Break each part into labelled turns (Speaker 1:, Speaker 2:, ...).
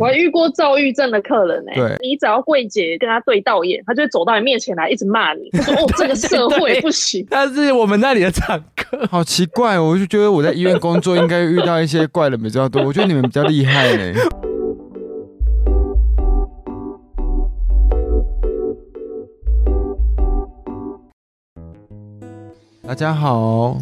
Speaker 1: 我还遇过躁郁症的客人呢、欸
Speaker 2: 对
Speaker 1: 你只要柜姐跟他对到眼，他就会走到你面前来，一直骂 你，他说：“哦，这个社
Speaker 3: 对对
Speaker 1: 会不行。
Speaker 3: 但是我们那里的常客，
Speaker 2: 好奇怪哦，我就觉得我在医院工作应该遇到一些怪人比较多，我觉得你们比较厉害嘞。大家好，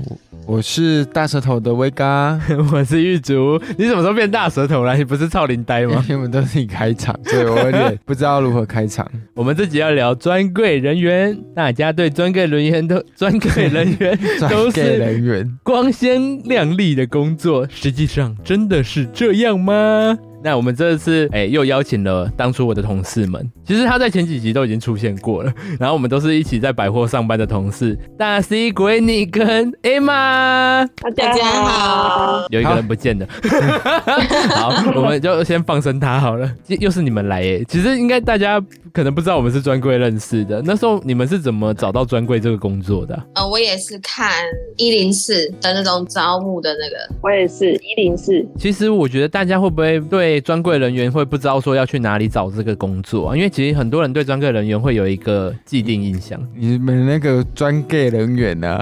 Speaker 2: 我是大舌头的威哥，
Speaker 3: 我是玉竹，你什么时候变大舌头了？你不是超龄呆
Speaker 2: 因
Speaker 3: 吗
Speaker 2: 为？你们都是你开场，所以我有点不知道如何开场。
Speaker 3: 我们这集要聊专柜人员，大家对专柜人员都专柜人员
Speaker 2: 转
Speaker 3: 都
Speaker 2: 给
Speaker 3: 是
Speaker 2: 人员，
Speaker 3: 光鲜亮丽的工作，实际上真的是这样吗？那我们这次哎、又邀请了当初我的同事们，其实他在前几集都已经出现过了，然后我们都是一起在百货上班的同事，大 C、鬼你跟 Emma，”
Speaker 1: 大
Speaker 4: 大家好，
Speaker 3: 有一个人不见了，好，我们就先放生他好了。又又是你们来耶，其实应该大家可能不知道我们是专柜认识的，那时候你们是怎么找到专柜这个工作的啊、
Speaker 4: 呃，我也是看一零四的那种招募的那个，
Speaker 1: 我也是一零四，
Speaker 3: 其实我觉得大家会不会对专柜人员会不知道说要去哪里找这个工作啊？因为其实很多人对专柜人员会有一个既定印象。
Speaker 2: 你们那个专给人员 呢、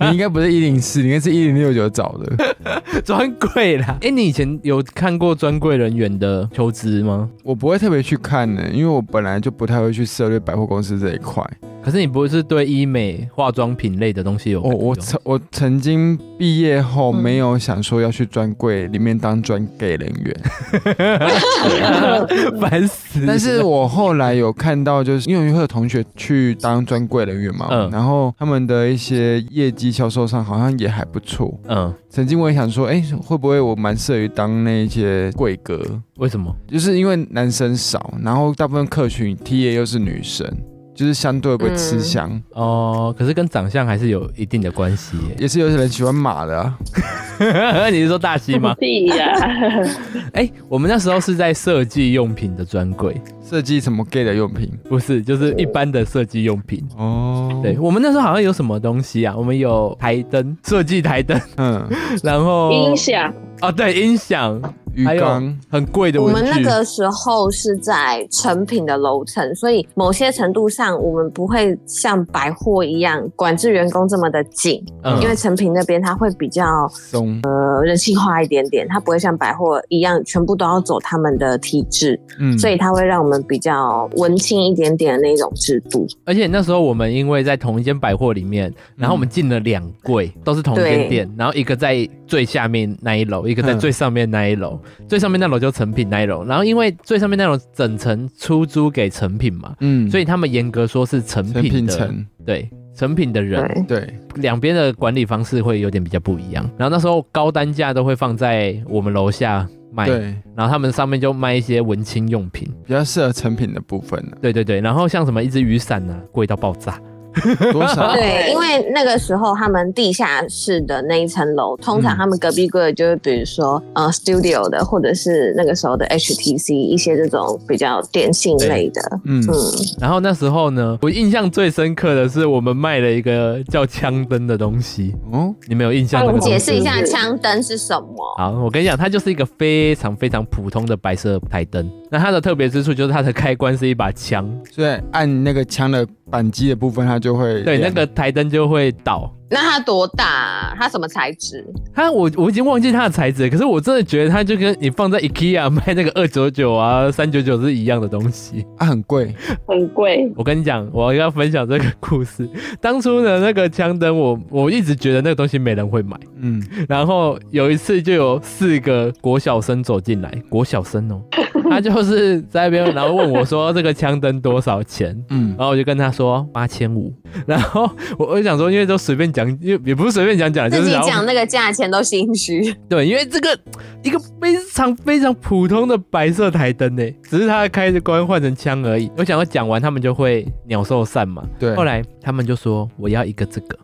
Speaker 2: 你应该不是一零四，你应该是一零六九找的。
Speaker 3: 专柜啦，哎、你以前有看过专柜人员的求职吗？
Speaker 2: 我不会特别去看呢、因为我本来就不太会去涉猎百货公司这一块。
Speaker 3: 可是你不是对医美、化妆品类的东西有
Speaker 2: 我
Speaker 3: 感
Speaker 2: 我
Speaker 3: 觉吗
Speaker 2: 曾我曾经毕业后
Speaker 4: 嗯
Speaker 2: 没有想说要去专柜里面当专柜人员，
Speaker 3: 烦死了！
Speaker 2: 但是我后来有看到，就是因为会有同学去当专柜人员嘛，
Speaker 3: 嗯
Speaker 2: 然后他们的一些业绩销售上好像也还不错。
Speaker 3: 嗯，
Speaker 2: 曾经我也想说，哎、会不会我蛮适合于当那些柜哥？
Speaker 3: 为什么？
Speaker 2: 就是因为男生少，然后大部分客群 T A 又是女生，就是相对会吃
Speaker 4: 嗯
Speaker 2: 香。
Speaker 3: 哦，可是跟长相还是有一定的关系耶。
Speaker 2: 也是有些人喜欢马的、啊，
Speaker 3: 你是说大 西吗？
Speaker 1: 屁呀、
Speaker 3: 哎、我们那时候是在设计用品的专柜，
Speaker 2: 设计什么 gay 的用品
Speaker 3: 不是，就是一般的设计用品。
Speaker 2: 哦
Speaker 3: 对，我们那时候好像有什么东西啊？我们有台灯设计台灯，
Speaker 2: 嗯，
Speaker 3: 然后
Speaker 1: 音响
Speaker 3: 哦，对，音响
Speaker 2: 鱼
Speaker 3: 还有
Speaker 2: 缸，
Speaker 3: 很贵的
Speaker 4: 我
Speaker 3: 文具。
Speaker 4: 们那个时候是在成品的楼层，所以某些程度上我们不会像百货一样管制员工这么的紧，
Speaker 3: 嗯
Speaker 4: 因为成品那边它会比较
Speaker 2: 松，
Speaker 4: 呃人性化一点点，它不会像百货一样全部都要走他们的体制，
Speaker 2: 嗯，
Speaker 4: 所以它会让我们比较文青一点点的那种制度。
Speaker 3: 而且那时候我们因为在同一间百货里面，
Speaker 2: 嗯
Speaker 3: 然后我们进了两柜，都是同一间店，然后一个在最下面那一楼，一个在
Speaker 2: 嗯
Speaker 3: 最上面那一楼。最上面那楼就成品那一楼，然后因为最上面那楼整层出租给成品嘛，
Speaker 2: 嗯
Speaker 3: 所以他们严格说是成
Speaker 2: 成
Speaker 3: 品
Speaker 2: 品
Speaker 3: 的，
Speaker 2: 城，
Speaker 3: 对成品的人，
Speaker 4: 对，
Speaker 2: 对，
Speaker 3: 两边的管理方式会有点比较不一样。然后那时候高单价都会放在我们楼下卖，
Speaker 2: 对，
Speaker 3: 然后他们上面就卖一些文青用品。
Speaker 2: 比较适合成品的部分啊呢、
Speaker 3: 对对对，然后像什么一只雨伞呢、啊，贵到爆炸。
Speaker 2: 多 少
Speaker 4: 对，
Speaker 1: 对
Speaker 4: 因为那个时候他们地下室的那一层楼，通
Speaker 3: 嗯
Speaker 4: 常他们隔壁柜就是比如说、呃 Studio 的，或者是那个时候的 HTC 一些这种比较电信类的，
Speaker 2: 嗯，
Speaker 4: 嗯，
Speaker 3: 然后那时候呢，我印象最深刻的是我们卖了一个叫枪灯的东西，
Speaker 2: 哦，
Speaker 3: 你们有印象那个
Speaker 1: 帮
Speaker 3: 东
Speaker 1: 我
Speaker 3: 西吗？
Speaker 4: 啊解释一下
Speaker 1: 嗯
Speaker 4: 枪灯是什么？
Speaker 3: 好，我跟你讲，它就是一个非常非常普通的白色台灯。那它的特别之处就是它的开关是一把枪，
Speaker 2: 所以按那个枪的扳机的部分，它就会
Speaker 3: 对，那
Speaker 2: 亮
Speaker 3: 个台灯就会倒。
Speaker 4: 那它多大啊、它什么材质？
Speaker 3: 它我我已经忘记它的材质了，可是我真的觉得它就跟你放在 IKEA 卖那个二九九啊、三九九是一样的东西。
Speaker 2: 啊很贵，
Speaker 1: 很贵，
Speaker 3: 我跟你讲，我要分享这个故事。当初呢，那个枪灯我我一直觉得那个东西没人会买。
Speaker 2: 嗯，
Speaker 3: 然后有一次就有四个国小生走进来，国小生哦，他就是在那边，然后问我说这个枪灯多少钱。
Speaker 2: 嗯，
Speaker 3: 然后我就跟他说八千五，然后我我就想说，因为都随便讲，因为也不是随便讲讲，就
Speaker 4: 自
Speaker 3: 是
Speaker 4: 己
Speaker 3: 想要
Speaker 4: 讲那个价钱都心虚。
Speaker 3: 对，因为这个一个非常非常普通的白色台灯呢，只是它的开关换成枪而已。我想要讲完，他们就会鸟兽散嘛。
Speaker 2: 对，
Speaker 3: 后来他们就说我要一个这个，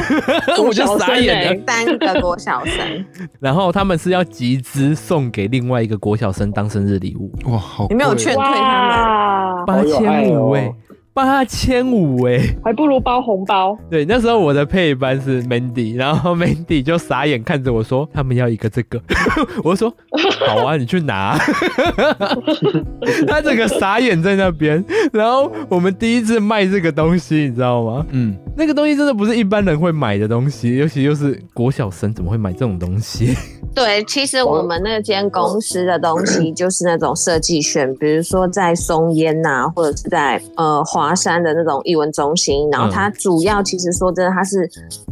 Speaker 3: 我
Speaker 1: 国
Speaker 3: 就
Speaker 1: 小生
Speaker 3: 傻眼了
Speaker 1: 欸。
Speaker 4: 三个国小生，
Speaker 3: 然后他们是要集资送给另外一个国小生当生日礼物，
Speaker 2: 哇，好贵，
Speaker 4: 你没有劝退他们？
Speaker 1: 哇，
Speaker 3: 八
Speaker 5: 有
Speaker 3: 千
Speaker 5: 爱
Speaker 3: 五
Speaker 5: 哦
Speaker 3: 哎，八千五哎。
Speaker 1: 还不如包红包。
Speaker 3: 对，那时候我的配班是 Mandy，然后 Mandy 就傻眼看着我说：“他们要一个这个。” 我说：“好啊，你去拿。” 他整个傻眼在那边。然后我们第一次卖这个东西，你知道吗？
Speaker 2: 嗯，
Speaker 3: 那个东西真的不是一般人会买的东西，尤其又是国小生怎么会买这种东西？
Speaker 4: 对，其实我们那间公司的东西就是那种设计选，比如说在松烟呐、或者是在呃华山的那种艺文中心，然后它主要其实说真的，它是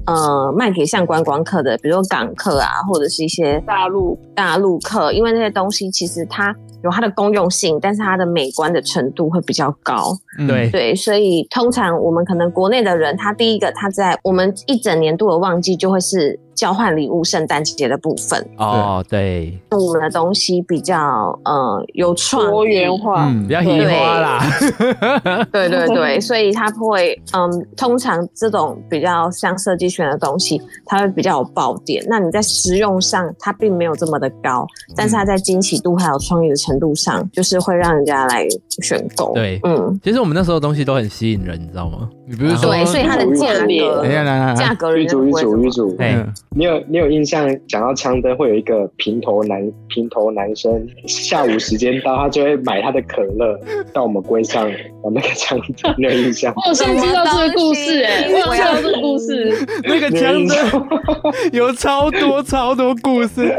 Speaker 4: 呃卖给像观光客的，比如说港客啊，或者是一些
Speaker 1: 大陆
Speaker 4: 大陆客，因为那些东西其实它有它的公用性，但是它的美观的程度会比较高。
Speaker 2: 嗯
Speaker 3: 对，
Speaker 4: 对，所以通常我们可能国内的人，他第一个他在我们一整年度的旺季就会是交换礼物圣诞节的部分。
Speaker 3: 哦， 对，
Speaker 4: 我们的东西比较呃有创
Speaker 1: 多
Speaker 4: 意
Speaker 1: 元，化，
Speaker 2: 嗯
Speaker 3: 不要移花啦。
Speaker 4: 对对对，所以它会嗯，通常这种比较像设计圈的东西，它会比较有爆点。那你在实用上，它并没有这么的高，但是它在惊喜度还有创意的程度上，就是会让人家来选购。
Speaker 3: 对
Speaker 4: 嗯，
Speaker 3: 其实我们那时候的东西都很吸引人，你知道吗？
Speaker 2: 你不是说
Speaker 4: 对，所以它的价
Speaker 1: 很烈
Speaker 4: 格
Speaker 2: 等一下，来来
Speaker 4: 价
Speaker 2: 来，
Speaker 4: 格人
Speaker 5: 玉
Speaker 4: 家
Speaker 5: 竹
Speaker 4: 不
Speaker 5: 玉
Speaker 4: 会
Speaker 5: 竹玉
Speaker 4: 怎么
Speaker 5: 竹，
Speaker 3: 哎
Speaker 2: 嗯
Speaker 5: 你有你有印象？讲到枪灯，会有一个平头男平头男生，下午时间到，他就会买他的可乐到我们柜上，有那个 枪灯，你有印象吗？
Speaker 1: 我好像知道这个故事哎、
Speaker 4: 什
Speaker 1: 我
Speaker 4: 么
Speaker 1: 好
Speaker 4: 东
Speaker 1: 像知道
Speaker 4: 西
Speaker 1: 这个故事，
Speaker 3: 那个
Speaker 5: 你有
Speaker 3: 枪
Speaker 5: 印
Speaker 3: 的
Speaker 5: 象吗？
Speaker 3: 有超多超多故事。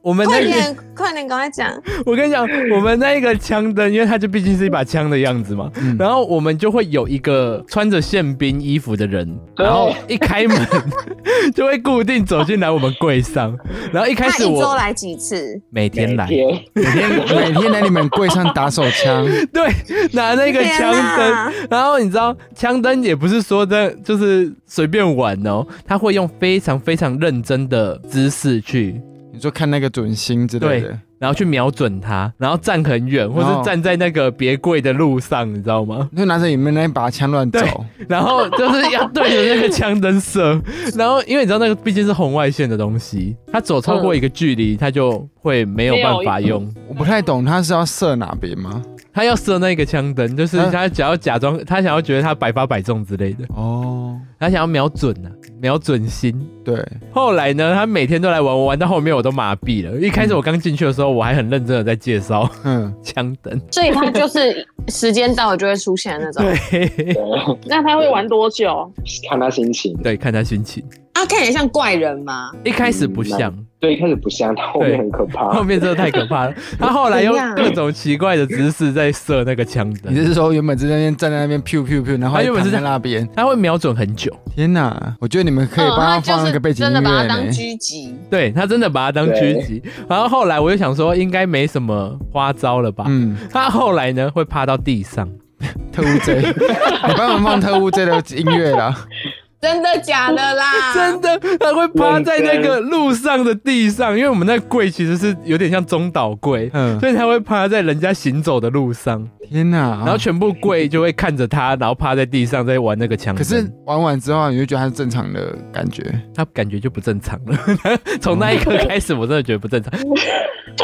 Speaker 3: 我们
Speaker 4: 快
Speaker 3: 那个，
Speaker 4: 点，快点，赶快讲！
Speaker 3: 我跟你讲，我们那一个枪灯，因为它就毕竟是一把枪的样子嘛，
Speaker 2: 嗯
Speaker 3: 然后我们就会有一个穿着宪兵衣服的人，然后一开门 就会固定走进来我们柜上，然后一开
Speaker 4: 他
Speaker 3: 始
Speaker 4: 一周
Speaker 3: 我
Speaker 4: 来几次？
Speaker 3: 每天来，
Speaker 5: 天
Speaker 2: 每天每天来你们柜上打手枪，
Speaker 3: 对，啊拿那个
Speaker 4: 天
Speaker 3: 枪
Speaker 4: 哪
Speaker 3: 灯， 然后你知道枪灯也不是说的，就是随便玩哦，他会用非常非常认真的姿势去
Speaker 2: 你说看那个准星之类的，
Speaker 3: 然后去瞄准它，然后站很远，或
Speaker 2: 然后
Speaker 3: 是站在那个别柜的路上，你知道吗？
Speaker 2: 你就拿着你们那一把枪乱走
Speaker 3: 对，然后就是要对着那个枪灯射， 然后因为你知道那个毕竟是红外线的东西，它走超过一个距离，它就会没有办法用。
Speaker 2: 我不太懂他是要射哪边吗？
Speaker 3: 它要射那个枪灯，就是
Speaker 2: 嗯
Speaker 3: 它想要假装，它想要觉得它百发百中之类的，
Speaker 2: 哦，
Speaker 3: 它想要瞄准啊，瞄准心。
Speaker 2: 对，
Speaker 3: 后来呢，他每天都来玩，我玩到后面我都麻痹了。一开始我刚进去的时候，我还很认真的在介绍
Speaker 2: 嗯，
Speaker 3: 枪灯，
Speaker 4: 所以它就是时间到了就会出现的 那种。
Speaker 3: 对
Speaker 5: 对，啊
Speaker 1: 那他会玩多久？
Speaker 5: 看他心情。
Speaker 3: 对，看他心情。
Speaker 4: 啊，看起来像怪人吗？
Speaker 3: 一开始不 像，
Speaker 5: 对，一开始不像，但后面很可
Speaker 3: 后
Speaker 5: 怕。
Speaker 3: 面真的太可怕了。他后来用
Speaker 4: 怎样
Speaker 3: 各种奇怪的姿势在射那个枪
Speaker 2: 你
Speaker 3: 的，
Speaker 2: 是说原本在那边站在那边 pew pew pew，然后
Speaker 3: 他原本是
Speaker 2: 躺在
Speaker 3: 在
Speaker 2: 那边，
Speaker 3: 他会瞄准很久。
Speaker 2: 天哪，我觉得你们可以帮
Speaker 4: 嗯就
Speaker 2: 放那
Speaker 4: 是
Speaker 2: 个背景音
Speaker 4: 真的把
Speaker 2: 乐
Speaker 4: 它当
Speaker 2: 呢，
Speaker 4: 狙击。
Speaker 3: 对他真的把它当狙击。然后后来我就想说，应该没什么花招了吧？
Speaker 2: 嗯，
Speaker 3: 他后来呢会趴到地上，
Speaker 2: 特务 J，你 帮我们放特务 J 的音乐啦，
Speaker 4: 真的假的 啦？
Speaker 3: 真的他会趴在那个路上啊的地上，因为我们那柜其实是有点像中岛柜。
Speaker 2: 嗯，
Speaker 3: 所以他会趴在人家行走的路上，
Speaker 2: 天哪，
Speaker 3: 然后全部柜就会看着他，然后趴在地上在玩那个枪
Speaker 2: 可
Speaker 3: 声。
Speaker 2: 是玩完之后，你就觉得它是正常的感觉，
Speaker 3: 他感觉就不正常了。 从那一刻开始，我真的觉得不正常。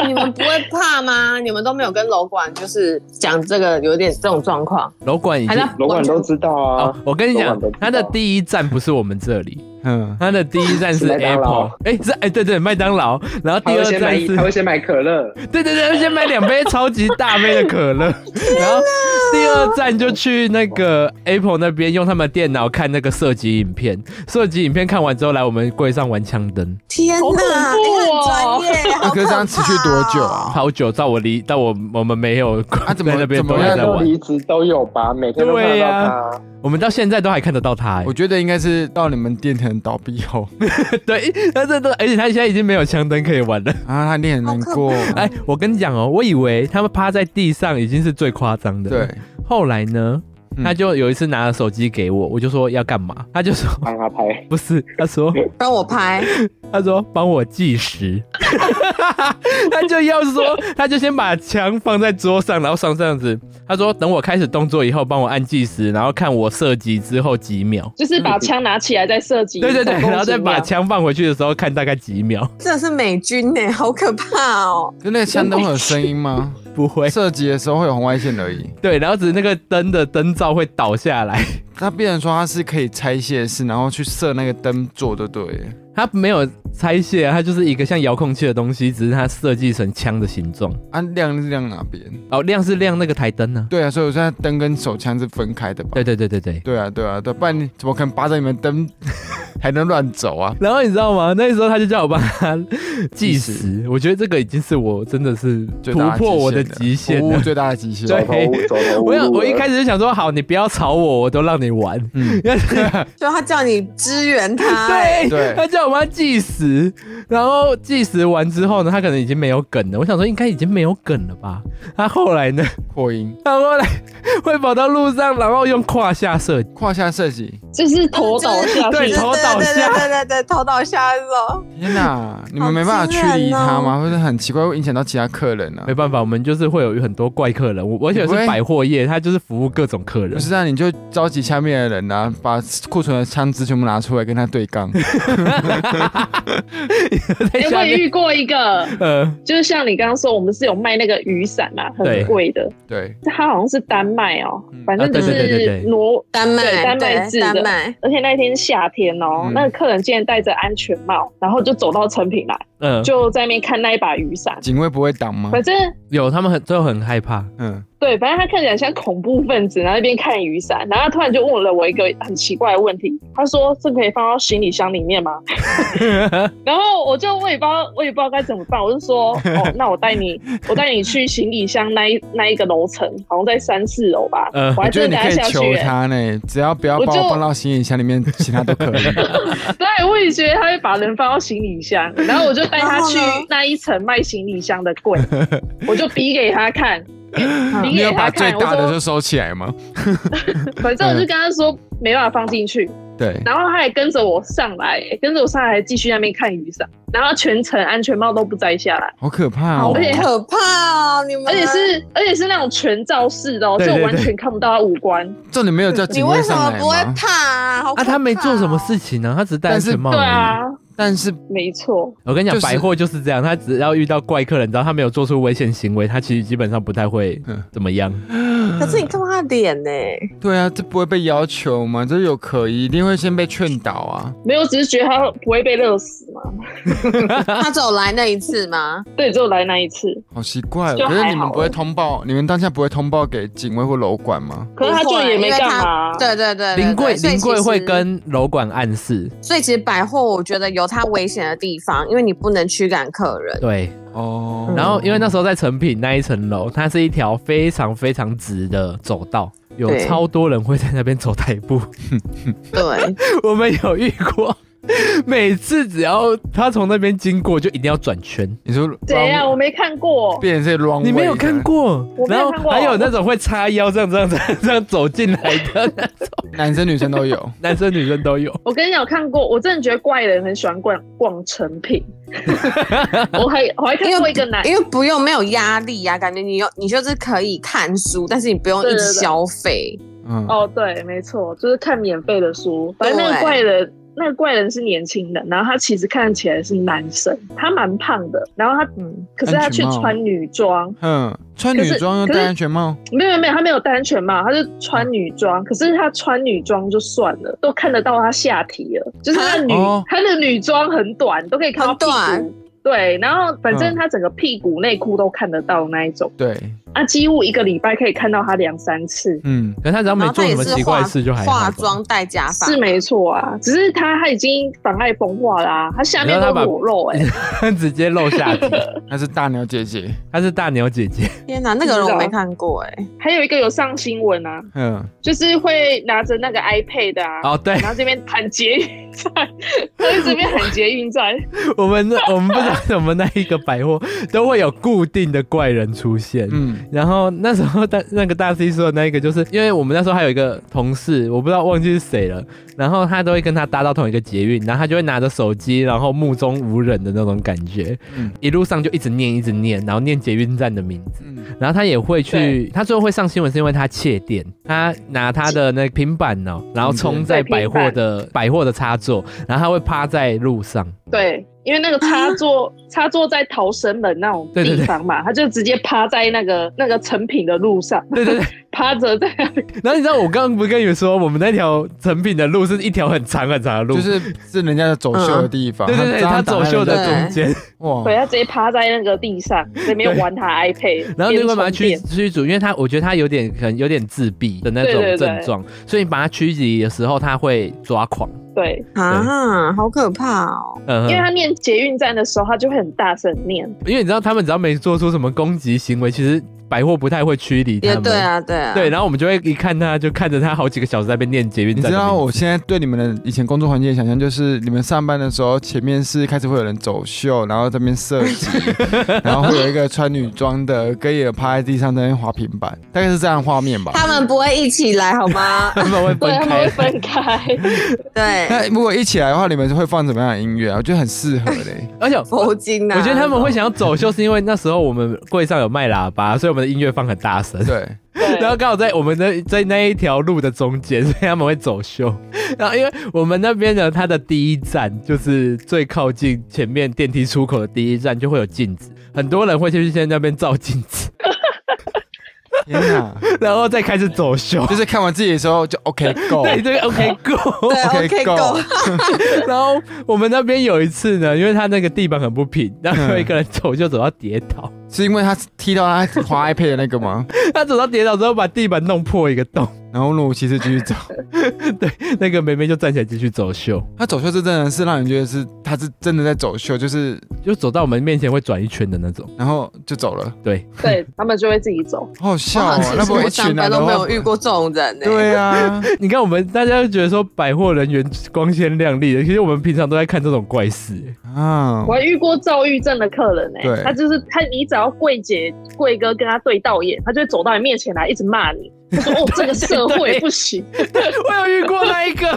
Speaker 4: 你们不会怕吗？你们都没有跟楼管就是讲这个有点这种状况，
Speaker 3: 楼管已
Speaker 4: 还
Speaker 3: 经
Speaker 4: 在
Speaker 5: 楼管都知道
Speaker 3: 哦
Speaker 5: 啊，，
Speaker 3: 我跟你
Speaker 5: 楼
Speaker 3: 讲
Speaker 5: 管都知，道
Speaker 3: 他的第一站不是我们这里，
Speaker 2: 嗯，
Speaker 3: 他的第一站是
Speaker 5: 是麦当劳
Speaker 3: Apple，哎、是哎、对对麦当劳，然后
Speaker 5: 他
Speaker 3: 第
Speaker 5: 会
Speaker 3: 二
Speaker 5: 先买
Speaker 3: 站
Speaker 5: 一，
Speaker 3: 是
Speaker 5: 他，会先买可乐，
Speaker 3: 对对对，他先买两杯超级大杯的 可乐，然后第二站就去那个 Apple 那边用他们电脑看那个射击影片，射击影片看完之后来我们柜上玩枪灯，
Speaker 4: 天
Speaker 1: 好恐
Speaker 4: 哪，
Speaker 1: 怖
Speaker 4: 你很
Speaker 1: 哦
Speaker 4: 专业，
Speaker 2: 那
Speaker 4: 好
Speaker 2: 哎可是这样持续多久啊？
Speaker 3: 好久到我离到我我们没有
Speaker 2: 啊怎么
Speaker 3: 在那边
Speaker 2: 怎么
Speaker 3: 都
Speaker 2: 样
Speaker 3: 还
Speaker 5: 大家
Speaker 3: 在
Speaker 5: 都
Speaker 3: 玩，
Speaker 5: 离职都有吧，每天都看
Speaker 3: 对
Speaker 5: 得到
Speaker 3: 呀
Speaker 5: 他。
Speaker 3: 我们到现在都还看得到他、哎
Speaker 4: 哦
Speaker 2: 我觉得应该是到你们店可能倒闭后
Speaker 3: 对，他这都，而且他现在已经没有枪灯可以玩了。
Speaker 2: 啊，他店很难过。
Speaker 3: 哎，我跟你讲哦，我以为他们趴在地上已经是最夸张的，
Speaker 2: 对，
Speaker 3: 后来呢
Speaker 2: 嗯，
Speaker 3: 他就有一次拿了手机给我，我就说要干嘛，他就说
Speaker 5: 帮他拍，
Speaker 3: 不是，他说
Speaker 4: 帮我拍，
Speaker 3: 他说帮我计时， 他就要说，他就先把枪放在桌上，然后上这样子。他说等我开始动作以后，帮我按计时，然后看我射击之后几秒。
Speaker 1: 就是把枪拿起来再射击，
Speaker 3: 对对对，
Speaker 1: 总共
Speaker 3: 然后再
Speaker 1: 几
Speaker 3: 把
Speaker 1: 秒
Speaker 3: 枪放回去的时候看大概几秒，
Speaker 4: 真的是美军呢、欸好可怕哦！
Speaker 2: 就那个枪都会有声音 吗？
Speaker 3: 不会
Speaker 2: 射击的时候会有红外线而已。
Speaker 3: 对，然后只是那个灯的灯罩会倒下来，
Speaker 2: 它变成说它是可以拆卸式，然后去射那个灯座，就对了。
Speaker 3: 它没有拆卸啊，它就是一个像遥控器的东西，只是它设计成枪的形状。
Speaker 2: 啊，亮是亮哪边？
Speaker 3: 哦，亮是亮那个台灯呢、
Speaker 2: 对啊，所以我现在灯跟手枪是分开的吧？
Speaker 3: 对对对对对。
Speaker 2: 对啊，对啊，对啊，不然你怎么可能扒着你们灯 还能乱走啊？
Speaker 3: 然后你知道吗？那时候他就叫我帮 他计时，我觉得这个已经是我真的是
Speaker 2: 最
Speaker 3: 突
Speaker 2: 大的
Speaker 3: 破我的
Speaker 2: 极哦
Speaker 3: 极限
Speaker 2: 服务
Speaker 3: 了。
Speaker 2: 最大的极限。
Speaker 3: 对
Speaker 5: 走投无走投无路
Speaker 3: 我
Speaker 5: 了
Speaker 3: 想，我一开始就想说，好，你不要吵我，我都让你玩。
Speaker 2: 嗯，
Speaker 4: 就他叫你支援他、欸，
Speaker 3: 对，
Speaker 2: 对
Speaker 3: 他叫我帮他计时，然后计时完之后呢，他可能已经没有梗了。我想说，应该已经没有梗了吧？他后来呢？
Speaker 2: 扩音、
Speaker 3: 他后来 会跑到路上，然后用胯下射击。
Speaker 2: 胯下射击，
Speaker 1: 就是头倒下
Speaker 3: 对
Speaker 1: 去，
Speaker 3: 头倒
Speaker 4: 对
Speaker 3: 下
Speaker 4: 对对对对，头倒下那种。
Speaker 2: 天哪！你们没办法驱离它吗？
Speaker 3: 哦
Speaker 2: 或者很奇怪，会影响到其他客人啊
Speaker 3: 没？办法，我们就是会有很多怪客人，我而且
Speaker 2: 你不
Speaker 3: 是
Speaker 2: 会
Speaker 3: 百货业，他就是服务各种客人
Speaker 2: 不。是啊，你就召集下面的人啊，把库存的枪支全部拿出来跟他对 杠。
Speaker 3: 在
Speaker 1: 哎、
Speaker 3: 下
Speaker 1: 我也
Speaker 3: 面，
Speaker 1: 遇过一个，
Speaker 3: 呃，
Speaker 1: 就是像你刚刚说，我们是有卖那个雨伞嘛，
Speaker 3: 对
Speaker 1: 很贵的，
Speaker 2: 对，
Speaker 1: 它好像是丹麦哦
Speaker 2: 嗯，
Speaker 1: 反正就
Speaker 3: 啊对对对对
Speaker 1: 是
Speaker 3: 对
Speaker 1: 挪。
Speaker 4: 丹
Speaker 1: 对
Speaker 4: 麦，
Speaker 1: 丹麦
Speaker 4: 对
Speaker 1: 制的
Speaker 4: 丹麦，
Speaker 1: 而且那一天是夏天哦，
Speaker 2: 嗯
Speaker 1: 那个客人竟然戴着安全帽，然后就走到成品来，
Speaker 3: 嗯，
Speaker 1: 就在那边看那一把雨伞。
Speaker 2: 警卫不会挡吗
Speaker 1: 反？正
Speaker 3: 有他们很都很害怕，
Speaker 2: 嗯，
Speaker 1: 对，反正他看起来像恐怖分子，然后一边看雨伞，然后他突然就问了我一个很奇怪的问题，他说：“这可以放到行李箱里面吗？” 然后我就我也不知道，我也不知道该怎么办，我就说：“ 哦，那我带你，我带你去行李箱那一那一个楼层，好像在三四楼吧。我
Speaker 3: 嗯
Speaker 2: 呃我
Speaker 1: 还
Speaker 2: 觉得
Speaker 1: 真
Speaker 2: 你
Speaker 1: 的
Speaker 2: 可
Speaker 1: 带
Speaker 2: 以
Speaker 1: 下去、
Speaker 2: 求
Speaker 1: 欸
Speaker 2: 他呢，只要不要把
Speaker 1: 我
Speaker 2: 我
Speaker 1: 就
Speaker 2: 放到行李箱里面，其他都可 以。
Speaker 1: 对，我也觉得他会把人放到行李箱，然后我就带他去
Speaker 4: 然后呢
Speaker 1: 那一层卖行李箱的柜，我就比给他 看，比
Speaker 2: 你
Speaker 1: 给
Speaker 2: 有
Speaker 1: 他
Speaker 2: 把最
Speaker 1: 看，我
Speaker 2: 大的就
Speaker 1: 说
Speaker 2: 收起来吗？
Speaker 1: 反正我就跟他说没办法放进去。
Speaker 2: 对，
Speaker 1: 然后他还跟着我上来，跟着我上来继续在那边看雨伞，然后全程安全帽都不摘下来，
Speaker 2: 好可怕哦
Speaker 4: 好
Speaker 1: 而！且
Speaker 4: 可怕哦！你们，
Speaker 1: 而且是而且是那种全罩式的哦，
Speaker 3: 对
Speaker 1: 就
Speaker 3: 对
Speaker 1: 完全看不到他五官。
Speaker 2: 重点没有叫
Speaker 4: 你
Speaker 2: 警
Speaker 4: 为
Speaker 2: 卫
Speaker 4: 什
Speaker 2: 上
Speaker 4: 么
Speaker 2: 来
Speaker 4: 不会
Speaker 2: 吗？
Speaker 4: 怕啊？好可
Speaker 3: 啊，
Speaker 4: 怕哦
Speaker 3: 他没做什么事情呢，他只是戴安
Speaker 2: 但是
Speaker 3: 全帽。
Speaker 1: 对，啊，
Speaker 2: 但是
Speaker 1: 没错，
Speaker 3: 我跟你讲，
Speaker 2: 就是
Speaker 3: 百货就是这样，他只要遇到怪客人，然后他没有做出危险行为，他其实基本上不太会
Speaker 2: 嗯
Speaker 3: 怎么样。
Speaker 4: 可是你看不到他的脸 呢、
Speaker 2: 对啊，这不会被要求吗？这有可疑，一定会先被劝导啊。
Speaker 1: 没有，只是觉得他不会被热死嘛。
Speaker 4: 他走来那一次 吗？
Speaker 1: 对，只有来那一次，
Speaker 2: 好奇怪哦，
Speaker 1: 就
Speaker 2: 可是你
Speaker 1: 还
Speaker 2: 们
Speaker 1: 好
Speaker 2: 不会通报，你们当下不会通报给警卫或楼管吗？
Speaker 1: 可是他就也没干嘛。啊
Speaker 4: 不啊会因为他对对对对对
Speaker 3: 临柜
Speaker 4: 所以
Speaker 3: 临
Speaker 4: 其
Speaker 3: 柜
Speaker 4: 实
Speaker 3: 会跟楼管暗示，
Speaker 4: 所以其实百货我觉得有它危险的地方，因为你不能驱赶客人。
Speaker 3: 对。
Speaker 2: 哦，
Speaker 4: 嗯
Speaker 3: 然后因为那时候在成品那一层楼，它是一条非常非常直的走道。有
Speaker 4: 对
Speaker 3: 超多人会在那边走台步，
Speaker 4: 对，
Speaker 3: 我们有遇过，每次只要他从那边经过，就一定要转圈。
Speaker 2: 你说
Speaker 1: 怎样？啊我没看过，
Speaker 2: 变成是 wrong，
Speaker 3: 你没有
Speaker 2: way 的
Speaker 3: 看？过？
Speaker 1: 我没
Speaker 3: 然
Speaker 1: 有
Speaker 3: 后
Speaker 1: 看过
Speaker 3: 还有那种会叉腰这样这样这样这样走进来的，，
Speaker 2: 男生女生都有
Speaker 3: 男生女生都有。
Speaker 1: 我跟你讲，我看过，我真的觉得怪人很喜欢逛逛成品。我还我还看
Speaker 4: 因
Speaker 1: 过
Speaker 4: 为
Speaker 1: 一个男，
Speaker 4: 因为不用没有压力呀、感觉你有你就是可以看书，但是你不用一
Speaker 1: 对
Speaker 4: 直
Speaker 1: 对对
Speaker 4: 消费。
Speaker 2: 嗯，
Speaker 1: 哦，对，没错，就是看免费的书。反正那
Speaker 4: 对
Speaker 1: 个怪人，那个怪人是年轻人，然后他其实看起来是男生，他蛮胖的，然后他，
Speaker 4: 嗯
Speaker 1: 可是他却
Speaker 2: 安全帽
Speaker 1: 穿女装，
Speaker 2: 哼，穿
Speaker 1: 可
Speaker 2: 女
Speaker 1: 是
Speaker 2: 装又
Speaker 1: 可是
Speaker 2: 戴安全帽，
Speaker 1: 没有没有，他没有戴安全帽，他就穿女装，可是他穿女装就算了，都看得到他下体了，就是他的女、
Speaker 2: 哦
Speaker 1: 他的女装很短，都可以看到
Speaker 4: 很
Speaker 1: 屁
Speaker 4: 短
Speaker 1: 股。对，然后反正
Speaker 2: 嗯
Speaker 1: 他整个屁股内裤都看得到那一种，
Speaker 2: 对，
Speaker 1: 啊，几乎一个礼拜可以看到他两三次，
Speaker 2: 嗯，
Speaker 3: 可是他只要没
Speaker 4: 然后
Speaker 3: 做什
Speaker 4: 他也
Speaker 3: 么
Speaker 4: 是
Speaker 3: 奇怪
Speaker 4: 化
Speaker 3: 的事就还好吧
Speaker 4: 化 妆戴假发，
Speaker 1: 是没错啊，只是他他已经妨碍风化啦、他下面
Speaker 3: 你
Speaker 1: 都
Speaker 3: 让他把
Speaker 1: 裸露哎、
Speaker 3: 直接露下体。
Speaker 2: 她是大鸟姐姐，
Speaker 3: 她是大鸟姐姐，
Speaker 4: 天哪，那个人我没看过哎、
Speaker 1: 还有一个有上新闻啊，
Speaker 2: 嗯，
Speaker 1: 就是会拿着那个 iPad 啊，
Speaker 3: 哦，对
Speaker 1: 然后这边喊捷运站，他就这边喊捷运站，
Speaker 3: 我们我们不知道我们那一个百货都会有固定的怪人出现，
Speaker 2: 嗯
Speaker 3: 然后那时候大那个大 C 说的那一个，就是因为我们那时候还有一个同事，我不知道忘记是谁了，然后他都会跟他搭到同一个捷运，然后他就会拿着手机，然后目中无人的那种感觉，
Speaker 2: 嗯
Speaker 3: 一路上就一直念一直念，然后念捷运站的名字。
Speaker 2: 嗯，
Speaker 3: 然后他也会去
Speaker 1: 对，
Speaker 3: 他最后会上新闻是因为他窃电，他拿他的那个平板哦，然后冲在百货的百货的插座，然后他会趴在路上，
Speaker 1: 对，因为那个插座、插座在逃生门那种
Speaker 3: 对对
Speaker 1: 地
Speaker 3: 对
Speaker 1: 方嘛，他就直接趴在那个那个成品的路上，
Speaker 3: 对对对。
Speaker 1: 趴着在那里。
Speaker 3: 然后你知道我刚刚不是跟你们说，我们那条成品的路是一条很长很长的路，嗯
Speaker 2: 就是是人家的走秀的地方，
Speaker 3: 对对对，
Speaker 2: 这样
Speaker 3: 他
Speaker 2: 打
Speaker 3: 走
Speaker 2: 开
Speaker 3: 秀的
Speaker 2: 人家
Speaker 3: 中间，
Speaker 2: 哇，
Speaker 3: 啊
Speaker 1: 对，他直接趴在那个地上，在那边玩他 iPad，
Speaker 3: 然后你
Speaker 1: 边
Speaker 3: 会把他
Speaker 1: 充
Speaker 3: 驱
Speaker 1: 电。
Speaker 3: 驱逐，因为他我觉得他有点可能有点自闭的那
Speaker 1: 对
Speaker 3: 种
Speaker 1: 对对
Speaker 3: 症状，所以你把他驱离的时候，他会抓狂，
Speaker 1: 对，
Speaker 4: 啊，好可怕哦！
Speaker 3: 嗯哼，
Speaker 1: 因为他念捷运站的时候，他就会很大声念。
Speaker 3: 因为你知道他们只要没做出什么攻击行为，其实百货不太会驱离他
Speaker 4: 也
Speaker 3: 们，
Speaker 4: 对啊，对啊，
Speaker 3: 对，然后我们就会一看他，就看着他好几个小时在那边念捷运
Speaker 2: 你
Speaker 3: 站的名
Speaker 2: 知
Speaker 3: 字。
Speaker 2: 道我现在对你们的以前工作环境的想象，就是你们上班的时候，前面是开始会有人走秀，然后这边射 击，然后会有一个穿女装的跟也趴在地上在那边滑平板，大概是这样的画面吧。
Speaker 4: 他们不会一起来好 吗？
Speaker 3: 他们会
Speaker 1: 对，啊
Speaker 3: 分
Speaker 1: 他们
Speaker 3: 开
Speaker 1: 会。分开。
Speaker 4: 对，
Speaker 2: 那如果一起来的话，你们会放怎么样的音乐啊？我觉得很适合 嘞。
Speaker 3: 而且
Speaker 4: 佛经啊，
Speaker 3: 我觉得他
Speaker 1: 哦
Speaker 3: 们会想要走秀，是因为那时候我们柜上有卖喇叭，所以我们的音乐放很大声。
Speaker 2: 对，
Speaker 1: 对，
Speaker 3: 然后刚好在我们的在那一条路的中间，所 以他们会走秀。然后因为我们那边呢，它的第一站就是最靠近前面电梯出口的第一站就会有镜子，很多人会去先那边照镜子，
Speaker 2: 天哪！
Speaker 3: 然后再开始走秀。
Speaker 2: 就是看完自己的时候 就 OK go，
Speaker 3: 对对，OK go。
Speaker 4: 对 OK
Speaker 2: go，
Speaker 4: go，
Speaker 3: 然后我们那边有一次呢，因为他那个地板很不平，然后有一个人走就走到跌倒，
Speaker 2: 是因为他踢到他滑 iPad 的那个吗？
Speaker 3: 他走到跌倒之后把地板弄破一个洞，
Speaker 2: 然后若无其事继续走。
Speaker 3: 那个梅梅就站起来继续走秀，
Speaker 2: 他走秀是真的是让人觉得是他是真的在走秀，就是
Speaker 3: 就走到我们面前会转一圈的那种。
Speaker 2: 然后就走了，
Speaker 3: 对，
Speaker 1: 对他们就会自己走。
Speaker 2: 好好
Speaker 4: 我
Speaker 2: 笑
Speaker 4: 好
Speaker 2: 哦、
Speaker 4: 像
Speaker 2: 那
Speaker 4: 其实
Speaker 2: 不会
Speaker 4: 我
Speaker 2: 一群
Speaker 4: 上
Speaker 2: 人
Speaker 4: 班
Speaker 2: 的
Speaker 4: 都没
Speaker 2: 话
Speaker 4: 有，遇过这种人欸呢。
Speaker 2: 对 啊，
Speaker 3: 你看我们大家就觉得说百货人员光鲜亮丽的，其实我们平常都在看这种怪事。
Speaker 2: 啊
Speaker 1: 我，还遇过躁郁症的客人呢、欸
Speaker 2: 对
Speaker 1: 他就是他，你只要柜姐、柜哥跟他对到眼，他就会走到你面前来，一直骂你。他说：“哦，这个社会不行。
Speaker 3: 我有遇过那一个，”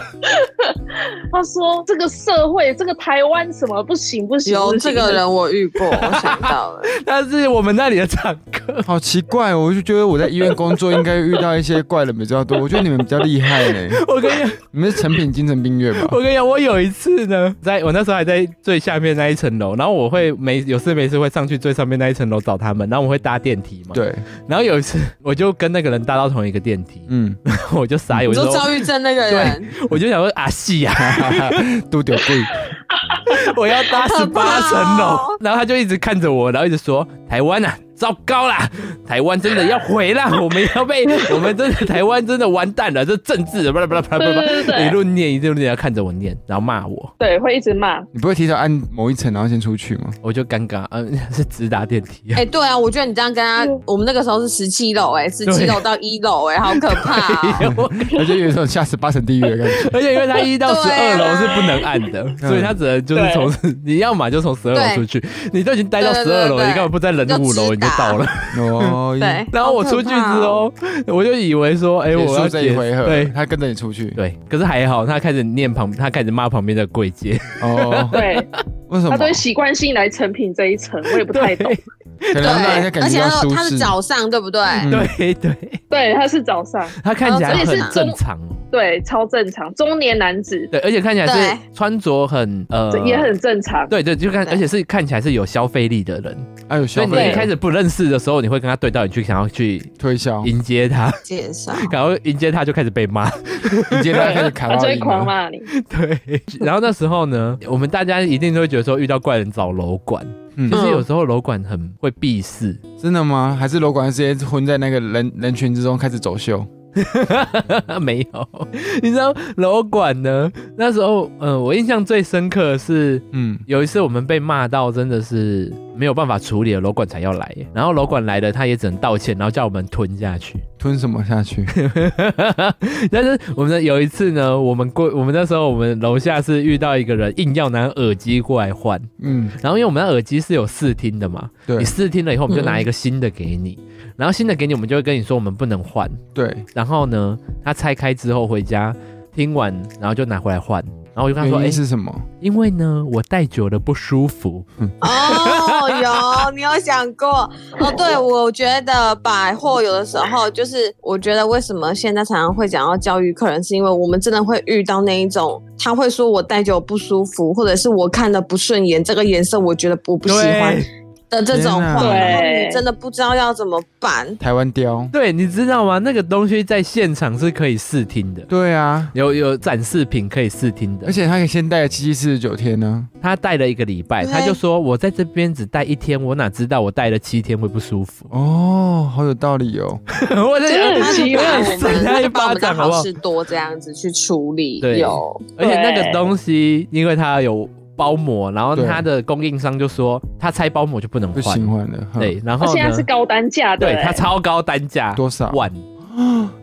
Speaker 1: 他说：“这个社会，这个台湾什么不行不行。不
Speaker 4: 有
Speaker 1: 行”
Speaker 4: 这个人我遇过，我想到 了，
Speaker 2: 哎
Speaker 3: 他是我们那里的唱歌。
Speaker 2: 好奇怪哦，我就觉得我在医院工作应该遇到一些怪人比较多，我觉得你们比较厉害 呢，
Speaker 3: 我跟你 讲，
Speaker 2: 你们是成品精神病院吧
Speaker 3: 我？跟你讲，我有一次呢，在我那时候还在最下面那一层楼，然后我会没有事没事会上去最上面那一层楼找他们，然后我会搭电梯嘛。。
Speaker 2: 对，
Speaker 3: 然后有一次，我就跟那个人搭到同一个电梯，
Speaker 2: 嗯，
Speaker 3: 我就傻眼，
Speaker 4: 你
Speaker 3: 我就
Speaker 4: 说躁
Speaker 3: 说，
Speaker 4: 郁症那个人，
Speaker 3: 我就想说啊，戏 呀、啊，
Speaker 2: 都丢贵，
Speaker 3: 我要搭十八层
Speaker 4: 好可怕
Speaker 3: 楼
Speaker 4: 哦。
Speaker 3: 然后他就一直看着我，然后一直说台湾啊。糟糕啦！台湾真的要毁啦！我们要被我们真的台湾真的完蛋了！这政治巴拉巴拉巴拉巴
Speaker 1: 对对对
Speaker 3: 拉，
Speaker 1: 对
Speaker 3: 一路念一路念，看着我念，然后骂我，
Speaker 1: 对会一直骂，
Speaker 2: 你不会提早按某一层然后先出去 吗？
Speaker 3: 我就尴尬，嗯， 是直达电梯啊。
Speaker 4: 哎，对啊，我觉得你这样跟他
Speaker 1: 嗯，
Speaker 4: 我们那个时候是十七楼，哎，十七
Speaker 3: 对
Speaker 4: 楼到一楼，哎，好可怕 哦。
Speaker 3: 我
Speaker 2: 而且有一种下十八层地狱的感觉。
Speaker 3: 而且因为他一到十
Speaker 4: 对
Speaker 3: 二
Speaker 4: 啊
Speaker 3: 楼是不能按的，所以他只能就是从 你要嘛就从十二楼
Speaker 4: 对
Speaker 3: 出去，你都已经待到
Speaker 4: 对
Speaker 3: 十
Speaker 4: 对
Speaker 3: 二
Speaker 4: 对
Speaker 3: 楼，
Speaker 4: 对
Speaker 3: 你根本不在人五楼
Speaker 4: 就
Speaker 3: 你就
Speaker 4: 直达
Speaker 3: 到了。
Speaker 2: 哦，
Speaker 4: 对，
Speaker 3: 然后我
Speaker 4: 好可
Speaker 3: 出去之
Speaker 4: 怕哦，
Speaker 3: 后，我就以为说，哎，
Speaker 2: 结
Speaker 3: 我要
Speaker 2: 束这一
Speaker 3: 结
Speaker 2: 回合，
Speaker 3: 对
Speaker 2: 他跟着你出去。
Speaker 3: 对，可是还好，他开始念
Speaker 2: 嗯
Speaker 3: 旁，他开始骂旁边的柜姐，
Speaker 2: 哦，
Speaker 1: 对
Speaker 2: 为什
Speaker 1: 他
Speaker 2: 么
Speaker 1: 都？会习惯性来成品这一层，我也不太懂。
Speaker 2: 可能
Speaker 4: 对，
Speaker 2: 让人家感
Speaker 4: 而且
Speaker 2: 觉到
Speaker 4: 他
Speaker 2: 舒
Speaker 4: 他是
Speaker 2: 适。
Speaker 4: 早上，对不对？
Speaker 2: 嗯
Speaker 3: 对对，
Speaker 1: 对，他是早上，
Speaker 3: 他看起来
Speaker 1: 而且
Speaker 3: 很
Speaker 1: 是
Speaker 3: 正
Speaker 1: 中
Speaker 3: 常哦，
Speaker 1: 对，超正常，中年男子
Speaker 3: 对，而且看起来是
Speaker 4: 对
Speaker 3: 穿着很呃
Speaker 1: 这也很正常。
Speaker 3: 对对，就看，
Speaker 4: 对
Speaker 3: 而且是看起来是有消费力的人，
Speaker 2: 哎呦，消
Speaker 3: 所以你
Speaker 2: 费
Speaker 3: 一
Speaker 2: 者
Speaker 3: 开始不认识的时候，你会跟他对到，你去想要去
Speaker 2: 推销，
Speaker 3: 迎接
Speaker 2: 哦
Speaker 3: 他，
Speaker 4: 介绍，
Speaker 3: 然后迎接他就开始被骂，
Speaker 2: 你接他开始卡
Speaker 1: 他
Speaker 2: 到
Speaker 1: 就会
Speaker 2: 你
Speaker 1: 啊狂
Speaker 2: 了。
Speaker 1: 骂你。
Speaker 3: 对，然后那时候呢，我们大家一定都会觉得说遇到怪人找楼管，
Speaker 2: 嗯
Speaker 3: 其实有时候楼管很会避世，
Speaker 2: 真的吗？还是楼管直接混在那个人人群之中开始走秀？
Speaker 3: 没有，你知道楼管呢？那时候，呃，我印象最深刻的是
Speaker 2: 嗯，
Speaker 3: 有一次我们被骂到真的是没有办法处理了，楼管才要来耶，然后楼管来了，他也只能道歉，然后叫我们吞下去。
Speaker 2: 吞什么下去？
Speaker 3: 但是我们有一次呢，我们过我们那时候我们楼下是遇到一个人硬要拿耳机过来换，
Speaker 2: 嗯，
Speaker 3: 然后因为我们的耳机是有试听的嘛，
Speaker 2: 对
Speaker 3: 你试听了以后，我们就拿一个新的给你，然后新的给你，我们就会跟你说我们不能换，
Speaker 2: 对，
Speaker 3: 然后呢，他拆开之后回家听完，然后就拿回来换，然后我就跟他说，
Speaker 2: 原
Speaker 3: 哎、
Speaker 2: 因是什么？
Speaker 3: 因为呢我戴久了不舒服，
Speaker 4: 哦，有你有想过哦？对，我觉得百货有的时候就是，我觉得为什么现在常常会讲要教育客人，是因为我们真的会遇到那一种，他会说我戴久不舒服，或者是我看的不顺眼，这个颜色我觉得我不喜欢
Speaker 3: 对
Speaker 4: 的这种话，
Speaker 2: 天哪
Speaker 4: 然后
Speaker 1: 对
Speaker 4: 你真的不知道要怎么办。
Speaker 2: 台湾雕？
Speaker 3: 对，你知道吗？那个东西在现场是可以试听的。
Speaker 2: 对啊，
Speaker 3: 有有展示品可以试听的
Speaker 2: 而，且他可以先戴七七四十九天呢、
Speaker 3: 他戴了一个礼拜，
Speaker 4: 对
Speaker 3: 他就说我在这边只戴一天，我哪知道我戴了七天会不舒 服？
Speaker 2: 哦，好有道理 哦。
Speaker 3: 我在
Speaker 1: 真的
Speaker 4: 他
Speaker 1: 很
Speaker 3: 想，
Speaker 1: 奇怪
Speaker 4: 就把
Speaker 3: 扇
Speaker 4: 我们
Speaker 3: 他一
Speaker 4: 就把我
Speaker 3: 巴
Speaker 4: 们的
Speaker 3: 掌好不
Speaker 4: 好
Speaker 3: 好
Speaker 4: 事多这样子去处理，
Speaker 3: 对
Speaker 4: 有
Speaker 3: 而且那个东西，因为它有包膜，然后
Speaker 2: 对
Speaker 3: 它的供应商就说他拆包膜就不能
Speaker 2: 不
Speaker 3: 换
Speaker 2: 行，换了，哼
Speaker 3: 对，，然
Speaker 1: 它
Speaker 3: 后
Speaker 1: 现在是
Speaker 3: 呢，
Speaker 1: 高单价的、
Speaker 3: 对
Speaker 1: 欸，
Speaker 3: 它超高单价，
Speaker 2: 多少
Speaker 3: 万？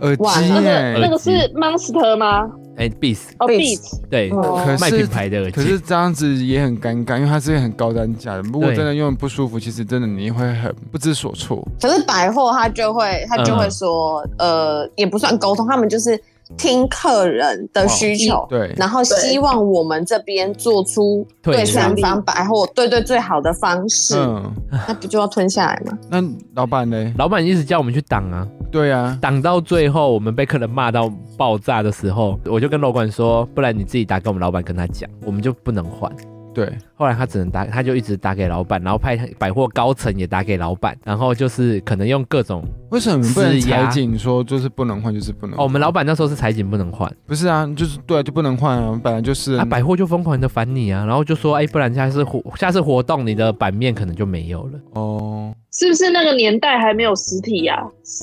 Speaker 2: 耳机
Speaker 4: 哇
Speaker 1: 那
Speaker 2: 耶、
Speaker 1: 个那个是
Speaker 3: 耳
Speaker 1: Monster 吗？
Speaker 3: 哎，Beats，
Speaker 1: 哦
Speaker 4: Beats
Speaker 1: ，Beats，
Speaker 3: 对，
Speaker 2: 可
Speaker 3: 卖
Speaker 2: 是
Speaker 3: 品牌的耳
Speaker 2: 可
Speaker 3: 机
Speaker 2: 是。这样子也很尴尬，因为它是很高单价的。如果
Speaker 3: 对
Speaker 2: 真的用得不舒服，其实真的你会很不知所措。
Speaker 4: 可是百货他就会他就会说，呃，也不算沟通，他们就是听客人的需求，
Speaker 2: 对，
Speaker 4: 然后希望我们这边做出
Speaker 3: 对
Speaker 4: 对三方百货对对最好的方式，
Speaker 2: 嗯，
Speaker 4: 那不就要吞下来吗？
Speaker 2: 那老板呢？
Speaker 3: 老板一直叫我们去挡啊，
Speaker 2: 对啊，
Speaker 3: 挡到最后，我们被客人骂到爆炸的时候，我就跟楼管说，不然你自己打给我们老板跟他讲，我们就不能换。
Speaker 2: 对，
Speaker 3: 后来他只能打，他就一直打给老板，然后派百货高层也打给老板，然后就是可能用各种
Speaker 2: 为什么你们不能
Speaker 3: 施
Speaker 2: 裁
Speaker 3: 压
Speaker 2: 剪说就是不能换，就是不能
Speaker 3: 哦，我
Speaker 2: 换？
Speaker 3: 们老板那时候是裁剪不能换，
Speaker 2: 不是啊，就是对啊，就不能换啊，本来就是
Speaker 3: 啊，百货就疯狂的烦你啊，然后就说，哎，不然下次活下次活动你的版面可能就没有了。
Speaker 2: 哦，
Speaker 1: 是不是那个年代还没有实体啊？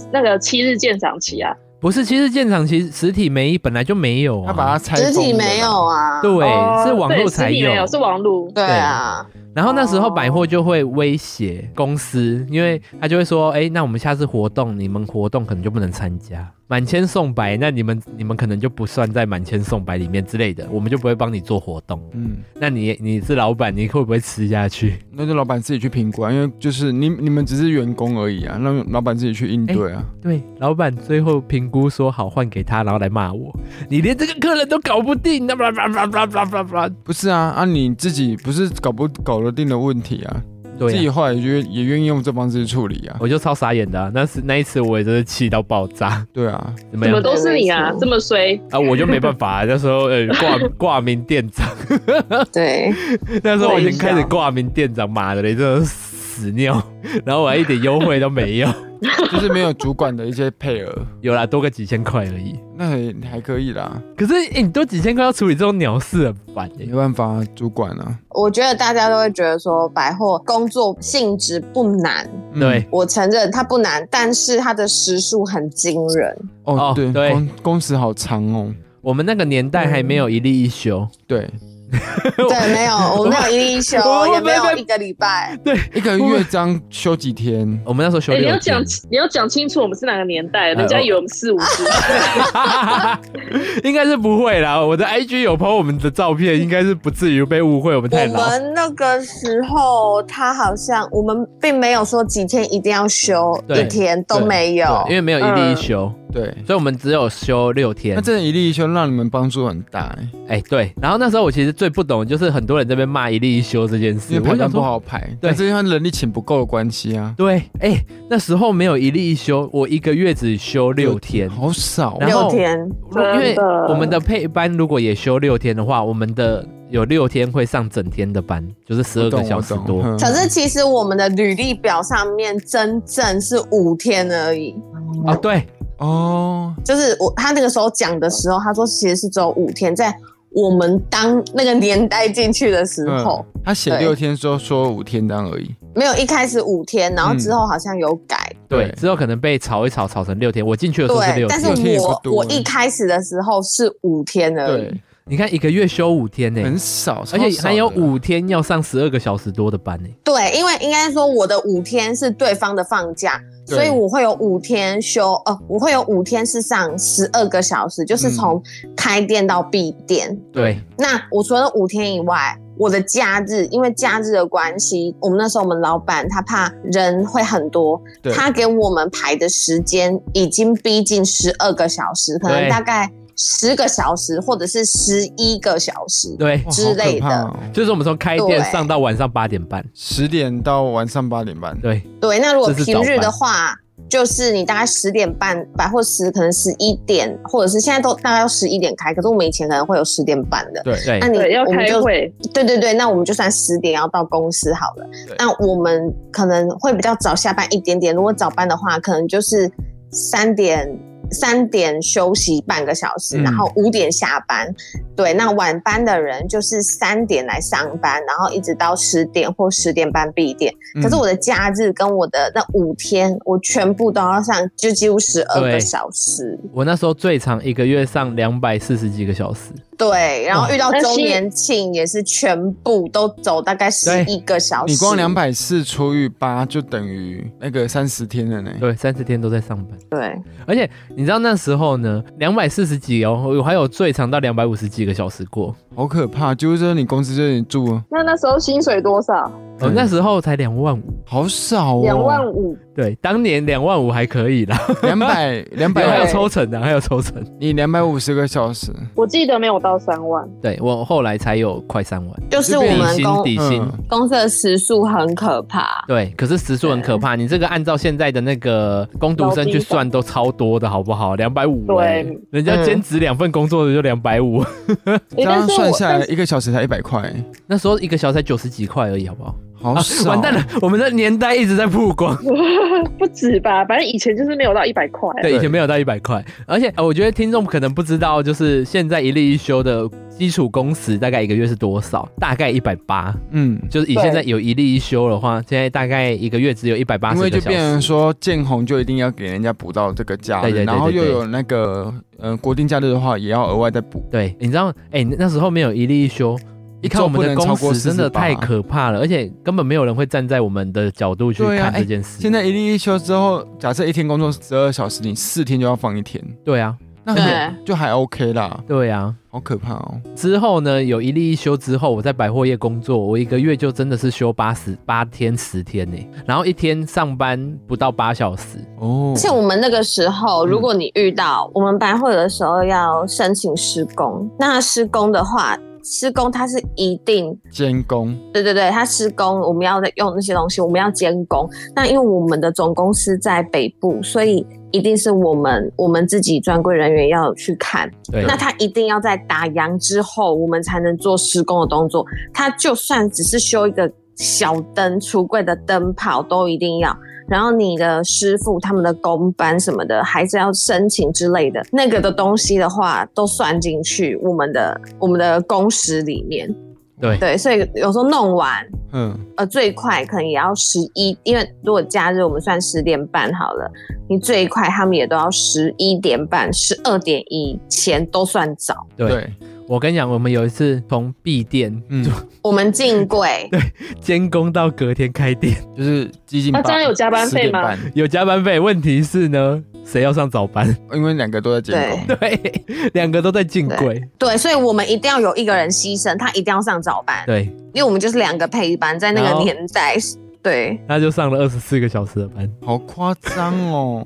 Speaker 1: 那个七日鉴赏期啊？
Speaker 3: 不是，其实建厂其实实体没本来就没有、啊，
Speaker 2: 他把它拆，
Speaker 4: 实体没有，啊，
Speaker 3: 对、
Speaker 1: 哦
Speaker 3: 是网
Speaker 1: 对
Speaker 3: 络
Speaker 1: 实
Speaker 3: 才
Speaker 1: 体没有，哦是网络。
Speaker 4: 对啊，
Speaker 3: 然后那时候百货就会威胁公司，因为他就会说，哎，那我们下次活动，你们活动可能就不能参加，满千送百，那你们你们可能就不算在满千送百里面之类的，我们就不会帮你做活动。
Speaker 2: 嗯，
Speaker 3: 那你你是老板，你会不会吃下去？
Speaker 2: 那就老板自己去评估啊，因为就是你你们只是员工而已啊，让老板自己去应对啊。
Speaker 3: 对，老板最后评估说好换给他，然后来骂我，你连这个客人都搞不定，那叭叭叭叭叭叭叭，
Speaker 2: 不是啊，啊你自己不是搞不搞得定的问题啊，自
Speaker 3: 对
Speaker 2: 己
Speaker 3: 啊、
Speaker 2: 后来也愿也愿意用这方式去处理啊。
Speaker 3: 我就超傻眼的啊、那是那一次我也真是气到爆炸，
Speaker 2: 对啊，
Speaker 3: 怎么
Speaker 1: 怎
Speaker 3: 样
Speaker 1: 么都是你啊
Speaker 4: 没，错
Speaker 1: 这么衰，
Speaker 3: 啊？我就没办法、啊，那时候呃挂挂名店长，
Speaker 4: 对，
Speaker 3: 那时候我已经开始挂名店长，妈的嘞，真的是屎尿， 然后我还一点优惠都没有，
Speaker 2: 就是没有主管的一些配额，
Speaker 3: 有啦，多个几千块而已。
Speaker 2: 那还还可以啦，
Speaker 3: 可是、欸、你多几千块要处理这种鸟事很烦、欸
Speaker 2: 没，办法，主管啊。
Speaker 4: 我觉得大家都会觉得说百货工作性质不难，
Speaker 2: 嗯
Speaker 3: 对，
Speaker 4: 我承认它不难，但是它的时数很惊人。
Speaker 2: 哦
Speaker 3: 哦
Speaker 2: 对，
Speaker 3: 对
Speaker 2: 工工时好长哦，
Speaker 3: 我们那个年代还没有一例一休。
Speaker 2: 对，
Speaker 4: 对，没有，我没有一例一休
Speaker 3: 我，
Speaker 4: 也没
Speaker 3: 我
Speaker 4: 有一个礼拜。
Speaker 2: 一个月张休几天，
Speaker 3: 我们那时候休
Speaker 1: 哎、
Speaker 3: 六
Speaker 1: 你
Speaker 3: 天。
Speaker 1: 要讲你要讲清楚，我们是哪个年代？人
Speaker 3: 哎
Speaker 1: 家
Speaker 3: 我
Speaker 1: 以为我们四五十。
Speaker 3: 应该是不会啦。我的 IG 有 po 我们的照片，应该是不至于被误会我们太
Speaker 4: 我
Speaker 3: 老。
Speaker 4: 们那个时候，他好像我们并没有说几天一定要休，
Speaker 3: 对
Speaker 4: 一天都没有
Speaker 3: 对，因。为没有一例一休，
Speaker 2: 对，
Speaker 3: 所以我们只有休六天
Speaker 2: 嗯那。真的一例一休让你们帮助很大、欸，
Speaker 3: 哎、对。然后那时候我其实最不懂的就是很多人这边骂一例一休这件事，
Speaker 2: 因为
Speaker 3: 我
Speaker 2: 排班
Speaker 3: 想
Speaker 2: 不
Speaker 3: 说。
Speaker 2: 好排，但是因为人力请不够的关系啊，
Speaker 3: 对，哎、那时候没有一例一休，我一个月只休六天。
Speaker 2: 好少哦、
Speaker 3: 然后嗯
Speaker 4: 六天，
Speaker 3: 如因
Speaker 1: 真
Speaker 3: 为
Speaker 1: 的
Speaker 3: 我们的配班如果也休六天的话，我们的有六天会上整天的班，就是十二
Speaker 2: 我懂
Speaker 3: 个小时
Speaker 2: 我懂
Speaker 3: 多。
Speaker 2: 哼
Speaker 4: 可是其实我们的履历表上面真正是五天而已。
Speaker 3: 啊，对，
Speaker 2: 哦，
Speaker 4: 就是我他那个时候讲的时候，他说其实是只有五天，在我们当那个年代进去的时候
Speaker 2: 嗯，，他写
Speaker 4: 对
Speaker 2: 六天之后说五天单而已，
Speaker 4: 没有一开始五天，然后
Speaker 3: 嗯
Speaker 4: 之后好像有改。
Speaker 3: 对，
Speaker 2: 对
Speaker 3: 之后可能被吵一吵，吵成六天。我进去的时候是
Speaker 4: 对
Speaker 3: 六，
Speaker 4: 但
Speaker 3: 天
Speaker 4: 是，
Speaker 2: 六天也不
Speaker 4: 我
Speaker 2: 多
Speaker 4: 我一开始的时候是五天而已。
Speaker 2: 对，
Speaker 3: 你看一个月休五天呢、
Speaker 2: 很少，
Speaker 3: 而且还有
Speaker 2: 超少的
Speaker 3: 五天要上十二个小时多的班呢、
Speaker 4: 对，因为应该说我的五天是对方的放假，
Speaker 2: 对
Speaker 4: 所以我会有五天休，呃，我会有五天是上十二个小时，就是从开店到闭店。
Speaker 3: 对，
Speaker 4: 那我除了五天以外，我的假日，因为假日的关系，我们那时候我们老板他怕人会很多
Speaker 2: 对，
Speaker 4: 他给我们排的时间已经逼近十二个小时，可
Speaker 3: 对
Speaker 4: 能大概十个小时或者是十一个小时。
Speaker 3: 对，
Speaker 2: 哇
Speaker 4: 之类的
Speaker 2: 好可怕哦
Speaker 3: 就是我们从开店
Speaker 4: 对
Speaker 3: 上到晚上八点半，
Speaker 2: 十点到晚上八点半，
Speaker 3: 对，
Speaker 4: 对，那如果
Speaker 3: 这是
Speaker 4: 平
Speaker 3: 早
Speaker 4: 日
Speaker 3: 班
Speaker 4: 的话，就是你大概十点半吧，或十可能十一点，或者是现在都大概要十一点开，可是我们以前可能会有十点半的。
Speaker 2: 对
Speaker 3: 对
Speaker 4: 那，你
Speaker 1: 对，要
Speaker 4: 我们
Speaker 1: 开
Speaker 4: 就
Speaker 1: 会，
Speaker 4: 对对对，那我们就算十点要到公司好了
Speaker 2: 对。
Speaker 4: 那我们可能会比较早下班一点点，如果早班的话，可能就是三点。三点休息半个小时，
Speaker 3: 嗯
Speaker 4: 然后五点下班。对，那晚班的人就是三点来上班，然后一直到十点或十点半闭店。
Speaker 2: 嗯
Speaker 4: 可是我的假日跟我的那五天，我全部都要上，就几乎十二
Speaker 3: 对
Speaker 4: 个小时。
Speaker 3: 我那时候最长一个月上两百四十几个小时，
Speaker 4: 对，然后遇到
Speaker 1: 那
Speaker 4: 周
Speaker 1: 是
Speaker 4: 年庆也是全部都走大概十一个小时。
Speaker 2: 你光两百四除以八就等于那个三十天了呢。
Speaker 3: 对，三十天都在上班。
Speaker 4: 对，
Speaker 3: 而且你知道那时候呢，两百四十几哦，我还有最长到两百五十几个小时过。
Speaker 2: 好可怕！就是说你公司这里住
Speaker 1: 那那时候薪水多少？
Speaker 3: 我、
Speaker 2: 嗯
Speaker 3: 哦那时候才两万五，
Speaker 2: 好少哦，
Speaker 1: 两万五，
Speaker 3: 对，当年两万五还可以啦，
Speaker 2: 两百两
Speaker 3: 还有
Speaker 2: 百，
Speaker 3: 抽成的，啊还有抽成。
Speaker 2: 你两百五十个小时，
Speaker 1: 我记得没有到三万。
Speaker 3: 对我后来才有快三万，
Speaker 4: 就是我
Speaker 3: 底
Speaker 4: 们
Speaker 3: 薪
Speaker 4: 公
Speaker 3: 底薪。
Speaker 2: 嗯
Speaker 4: 公司的时速很可怕。
Speaker 3: 对，可是时速很可怕，你这个按照现在的那个工读生去算都超多的，好不好？两百五，
Speaker 1: 对，
Speaker 3: 欸人
Speaker 4: 嗯
Speaker 3: 家兼职两份工作的就两百五，
Speaker 1: 诶
Speaker 2: 这
Speaker 1: 但
Speaker 2: 样
Speaker 1: 是
Speaker 2: 算
Speaker 1: 我
Speaker 2: 下
Speaker 1: 但
Speaker 2: 来
Speaker 1: 是
Speaker 2: 一个小时才一百块，
Speaker 3: 那时候一个小时才九十几块而已，好不好？
Speaker 2: 好
Speaker 3: 啊
Speaker 2: 少。 哦
Speaker 3: 完蛋了，我们的年代一直在曝光。
Speaker 1: 不止吧，反正以前就是没有到一百块。 啊
Speaker 3: 对，
Speaker 2: 对
Speaker 3: 以前没有到一百块，而且、呃我觉得听众可能不知道，就是现在一例一休的基础工时大概一个月是多少？大概一百八，
Speaker 2: 嗯，
Speaker 3: 就是以
Speaker 1: 对
Speaker 3: 现在有一例一休的话，现在大概一个月只有一百八
Speaker 2: 因
Speaker 3: 十
Speaker 2: 为
Speaker 3: 个
Speaker 2: 就
Speaker 3: 小
Speaker 2: 变成
Speaker 3: 时。
Speaker 2: 说建红就一定要给人家补到这个假
Speaker 3: 对对
Speaker 2: 日，
Speaker 3: 对
Speaker 2: 然后
Speaker 3: 对
Speaker 2: 又
Speaker 3: 对
Speaker 2: 有那个呃国定假日的话，也要额外再补。
Speaker 3: 对，你知道，哎、那时候没有一例一休，你看
Speaker 2: 周
Speaker 3: 我们
Speaker 2: 不
Speaker 3: 的
Speaker 2: 能
Speaker 3: 工
Speaker 2: 超过
Speaker 3: 时真的
Speaker 2: 48
Speaker 3: 太可怕了，而且根本没有人会站在我们的角度去
Speaker 2: 对啊
Speaker 3: 看
Speaker 2: 哎
Speaker 3: 这件事。
Speaker 2: 现在一例一休之后，假设一天工作十二小时，你四天就要放一天，
Speaker 3: 对啊，
Speaker 2: 那很就还 OK 啦，
Speaker 3: 对啊。
Speaker 2: 好可怕哦。
Speaker 3: 之后呢，有一例一休之后，我在百货业工作，我一个月就真的是休八十八天十天呢、然后一天上班不到八小时，
Speaker 2: 哦
Speaker 4: 而，且我们那个时候，如果你遇到我们白会的时候要申请施工，那施工的话，施工它是一定
Speaker 2: 监工
Speaker 4: 对对对，它施工，我们要用那些东西，我们要监工。那因为我们的总公司在北部，所以一定是我们我们自己专柜人员要去看。
Speaker 3: 对，
Speaker 4: 那他一定要在打烊之后，我们才能做施工的动作。他就算只是修一个小灯、橱柜的灯泡，都一定要。然后你的师傅他们的工班什么的，还是要申请之类的，那个的东西的话，都算进去我们的我们的工时里面。
Speaker 3: 对
Speaker 4: 对，所以有时候弄完，
Speaker 2: 嗯，
Speaker 4: 呃，最快可能也要十一，因为如果假日我们算十点半好了，你最快他们也都要十一点半、十二点以前都算早。
Speaker 3: 对我跟你讲，我们有一次从闭店
Speaker 2: 嗯，
Speaker 4: 我们进柜，
Speaker 3: 监工到隔天开店，
Speaker 2: 就是激进。
Speaker 1: 那这样有加班费吗
Speaker 2: 10点
Speaker 3: 有加班费。问题是呢，谁要上早 班？
Speaker 2: 半？因为两个都在监工。
Speaker 3: 对，两个都在进柜。
Speaker 4: 对，所以我们一定要有一个人牺牲，他一定要上早班，
Speaker 3: 对，
Speaker 4: 因为我们就是两个配班，在那
Speaker 3: 然后
Speaker 4: 个年代， 对，
Speaker 3: 他就上了二十四个小时的班。
Speaker 2: 好夸张哦！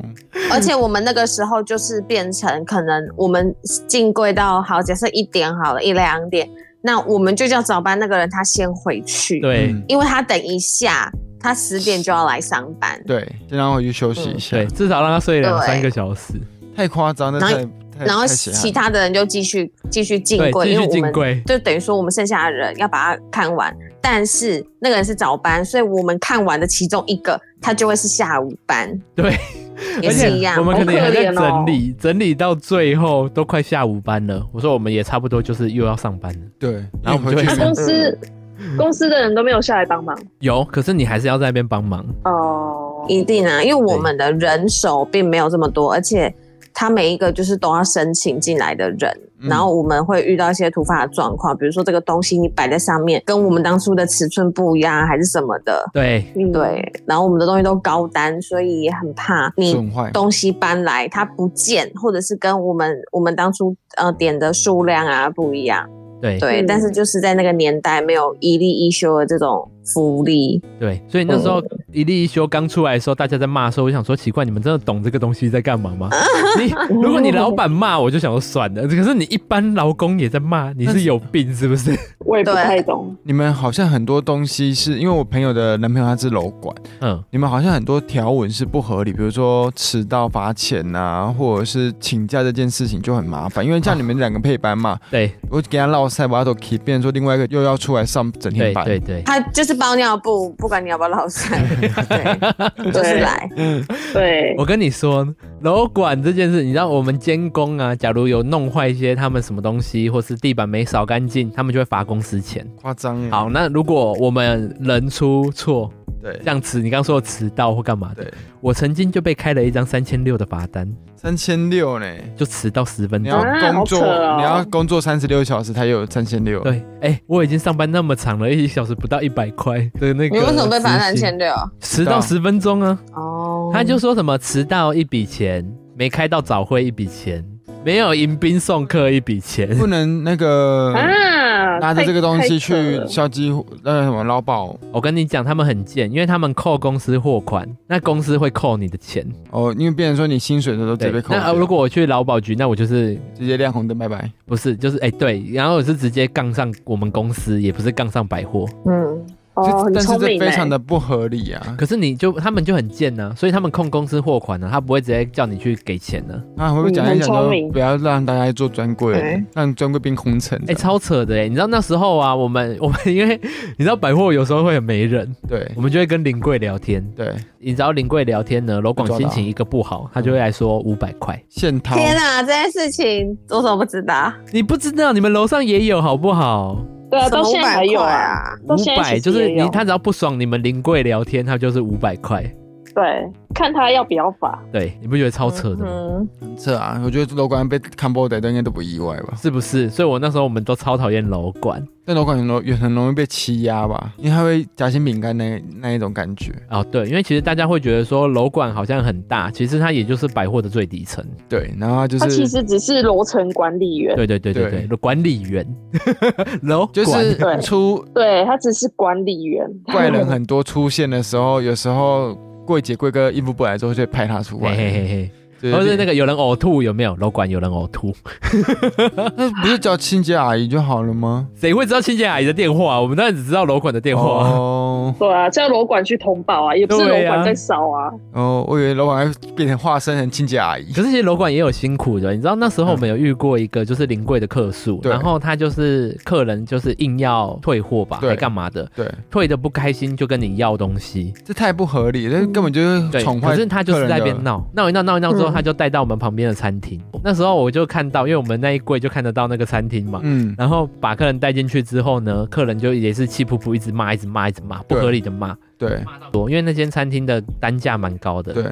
Speaker 4: 而且我们那个时候就是变成可能我们进柜到好，假设一点好了，一两点，那我们就叫早班那个人他先回 去，
Speaker 3: 对、
Speaker 2: 嗯
Speaker 4: 因为他等一下，他十点就要来上班。
Speaker 2: 对，先让我回去休息一下
Speaker 3: 对，。至少让他睡两
Speaker 4: 啊对
Speaker 3: 三个小时。
Speaker 2: 太夸张了，
Speaker 4: 然后
Speaker 2: 太太
Speaker 4: 然后
Speaker 2: 太血汗
Speaker 4: 其他的人就继续继续进
Speaker 3: 对，
Speaker 4: 柜，
Speaker 3: 继
Speaker 4: 因为
Speaker 3: 续
Speaker 4: 我
Speaker 3: 进
Speaker 4: 们
Speaker 3: 柜。
Speaker 4: 就等于说我们剩下的人要把它看完，但是那个人是早班，所以我们看完的其中一个他就会是下午班，
Speaker 3: 对，
Speaker 4: 也是一样
Speaker 3: 我。们可能也还在
Speaker 1: 好可怜
Speaker 3: 整
Speaker 1: 哦
Speaker 3: 理，整理到最后都快下午班了。我说我们也差不多就是又要上班了。
Speaker 2: 对，
Speaker 3: 然后我们就会
Speaker 2: 因为
Speaker 1: 那
Speaker 2: 回去
Speaker 1: 公司公司的人都没有下来帮忙
Speaker 3: 有，可是你还是要在那边帮忙。
Speaker 1: 哦。
Speaker 4: 一定啊，因为我们的人手并没有这么多，而且他每一个就是都要申请进来的人，
Speaker 2: 嗯
Speaker 4: 然后我们会遇到一些突发的状况，比如说这个东西你摆在上面跟我们当初的尺寸不一样，还是什么的。
Speaker 3: 对，
Speaker 1: 嗯，
Speaker 4: 对，然后我们的东西都高单，所以也很怕你
Speaker 2: 损坏
Speaker 4: 东西搬来它不见，或者是跟我们我们当初呃点的数量啊不一样。
Speaker 3: 对，
Speaker 4: 对，
Speaker 1: 嗯
Speaker 4: 但是就是在那个年代没有一例一休的这种福利。
Speaker 3: 对，所以那时候一例一休刚出来的时候，大家在骂的时候，我想说奇怪，你们真的懂这个东西在干嘛 吗？你如果你老板骂，我就想说算了，可是你一般劳工也在骂，你是有病是不是？
Speaker 1: 我也不太懂。
Speaker 2: 你们好像很多东西是因为我朋友的男朋友他是楼管，
Speaker 3: 嗯，
Speaker 2: 你们好像很多条文是不合理，比如说迟到罚钱呐、或者是请假这件事情就很麻烦，因为像你们两个配班嘛，
Speaker 3: 对
Speaker 2: 我给他落塞，把他都 keep，变成说另外一个又要出来上整天
Speaker 3: 对
Speaker 2: 班，
Speaker 3: 对对，
Speaker 4: 他就是包尿布，不管你要不要落塞，对，就是来。
Speaker 1: 对，
Speaker 3: 我跟你说，楼管这件事，你知道我们监工啊，假如有弄坏一些他们什么东西，或是地板没扫干净，他们就会罚公司钱。
Speaker 2: 夸张耶。
Speaker 3: 好，那如果我们人出错，
Speaker 2: 对，
Speaker 3: 像迟，你刚说迟到或干嘛的
Speaker 2: 对，
Speaker 3: 我曾经就被开了一张三千六的罚单，
Speaker 2: 三千六呢？
Speaker 3: 就迟到十分
Speaker 2: 你
Speaker 3: 钟
Speaker 2: 要。
Speaker 1: 啊
Speaker 2: 工作，
Speaker 1: 好扯哦
Speaker 2: 你要工作三十六小时，他也有三千六。
Speaker 3: 对，哎、我已经上班那么长了，一小时不到一百块的那个。
Speaker 4: 你为什么被罚三千？六？
Speaker 3: 迟到十分钟啊！
Speaker 4: 哦，
Speaker 3: 他就说什么迟到一笔钱，没开到早会一笔钱，没有迎宾送客一笔钱。
Speaker 2: 不能那个
Speaker 1: 啊，
Speaker 2: 拿着
Speaker 1: 太
Speaker 2: 这个东西
Speaker 1: 太扯
Speaker 2: 去
Speaker 1: 了
Speaker 2: 消极那什么劳保
Speaker 3: 我跟你讲，他们很贱，因为他们扣公司货款，那公司会扣你的钱。
Speaker 2: 哦，因为变成说你薪水的时候直接被扣掉。
Speaker 3: 那、呃、如果我去劳保局，那我就是
Speaker 2: 直接亮红灯，拜拜。
Speaker 3: 不是就是哎、对，然后我是直接杠上我们公司，也不是杠上百货。
Speaker 4: 嗯，
Speaker 1: 哦，
Speaker 2: 这
Speaker 1: 很
Speaker 2: 但是
Speaker 1: 聪
Speaker 2: 这
Speaker 1: 明欸，
Speaker 2: 非常的不合理啊！
Speaker 3: 可是你就他们就很贱呢、所以他们控公司货款啊呢、他不会直接叫你去给钱呢、
Speaker 2: 啊，会不会讲
Speaker 1: 嗯
Speaker 2: 一讲
Speaker 1: 很聪
Speaker 2: 说
Speaker 1: 明
Speaker 2: 不要让大家做专柜
Speaker 4: 对，
Speaker 2: 让专柜变空城啊
Speaker 3: 哎、？超扯的哎、你知道那时候啊，我们 我们因为你知道百货有时候会很没人，
Speaker 2: 对
Speaker 3: 我们就会跟临柜聊天。
Speaker 2: 对，
Speaker 3: 你知道临柜聊天呢，楼管心情一个不好，他就会来说五百块。
Speaker 2: 现掏
Speaker 1: 啊
Speaker 4: 天哪，这件事情我怎么不知道？
Speaker 3: 你不知道，你们楼上也有好不好？
Speaker 1: 对啊，
Speaker 4: 什
Speaker 1: 到
Speaker 4: 么
Speaker 1: 现在还
Speaker 4: 500
Speaker 1: 有
Speaker 4: 块
Speaker 1: 啊，
Speaker 4: 啊？
Speaker 1: 到
Speaker 3: 五
Speaker 1: 现在其
Speaker 3: 百
Speaker 1: 实
Speaker 3: 就是
Speaker 1: 也
Speaker 3: 你，
Speaker 1: 有
Speaker 3: 他只要不爽你们临柜聊天，他就是五百块。
Speaker 1: 对，看他要不要罚。
Speaker 3: 对，你不觉得超扯的吗？
Speaker 4: 嗯，
Speaker 2: 这啊，我觉得楼管被 combo 的应该都不意外吧？
Speaker 3: 是不是？所以我那时候我们都超讨厌楼管。
Speaker 2: 但楼管很容也很容易被欺压吧，因为他会夹心饼干那那一种感觉。
Speaker 3: 哦，对，因为其实大家会觉得说楼管好像很大，其实它也就是百货的最底层。
Speaker 2: 对，然后他就
Speaker 1: 他其
Speaker 2: 是
Speaker 1: 实只是楼层管理员，
Speaker 3: 对对对对
Speaker 2: 对
Speaker 3: 对，管理员， 楼
Speaker 2: 就
Speaker 3: 管
Speaker 2: 是
Speaker 1: 对
Speaker 2: 出
Speaker 1: 对他只是管理员。
Speaker 2: 怪人很多出现的时候，有时候柜姐柜哥应付不来之后就会派他出
Speaker 3: 嘿嘿嘿
Speaker 2: 来，
Speaker 3: 哦嘿，
Speaker 2: 对
Speaker 3: 或是那
Speaker 2: 个
Speaker 3: 个有人呕吐有没有？楼管有人呕吐，
Speaker 2: 那不是叫清洁阿姨就好了吗？
Speaker 3: 谁会知道清洁阿姨的电话？我们当然只知道楼管的电话。
Speaker 2: 哦
Speaker 1: 对啊，叫楼管去通报啊，也不是
Speaker 3: 对啊
Speaker 1: 楼管在扫啊。
Speaker 2: 哦，我以为楼管会变成化身成清洁阿姨。
Speaker 3: 可是其实楼管也有辛苦的，你知道那时候我们有遇过一个就是临柜的客诉，
Speaker 2: 对
Speaker 3: 然后他就是客人就是硬要退货吧，
Speaker 2: 对
Speaker 3: 还干嘛的，
Speaker 2: 对，
Speaker 3: 退的不开心就跟你要东西，
Speaker 2: 这太不合理，这根本就是
Speaker 3: 对，
Speaker 2: 宠坏。
Speaker 3: 可是他就是在那边。闹，闹一闹，闹一闹之后，他就带到我们旁边的餐厅。那时候我就看到，因为我们那一柜就看得到那个餐厅嘛。
Speaker 2: 嗯，
Speaker 3: 然后把客人带进去之后呢，客人就也是气噗噗，一直骂，一直骂，一直骂，不合理的骂。
Speaker 2: 对
Speaker 3: 多，因为那间餐厅的单价蛮高的，
Speaker 2: 对，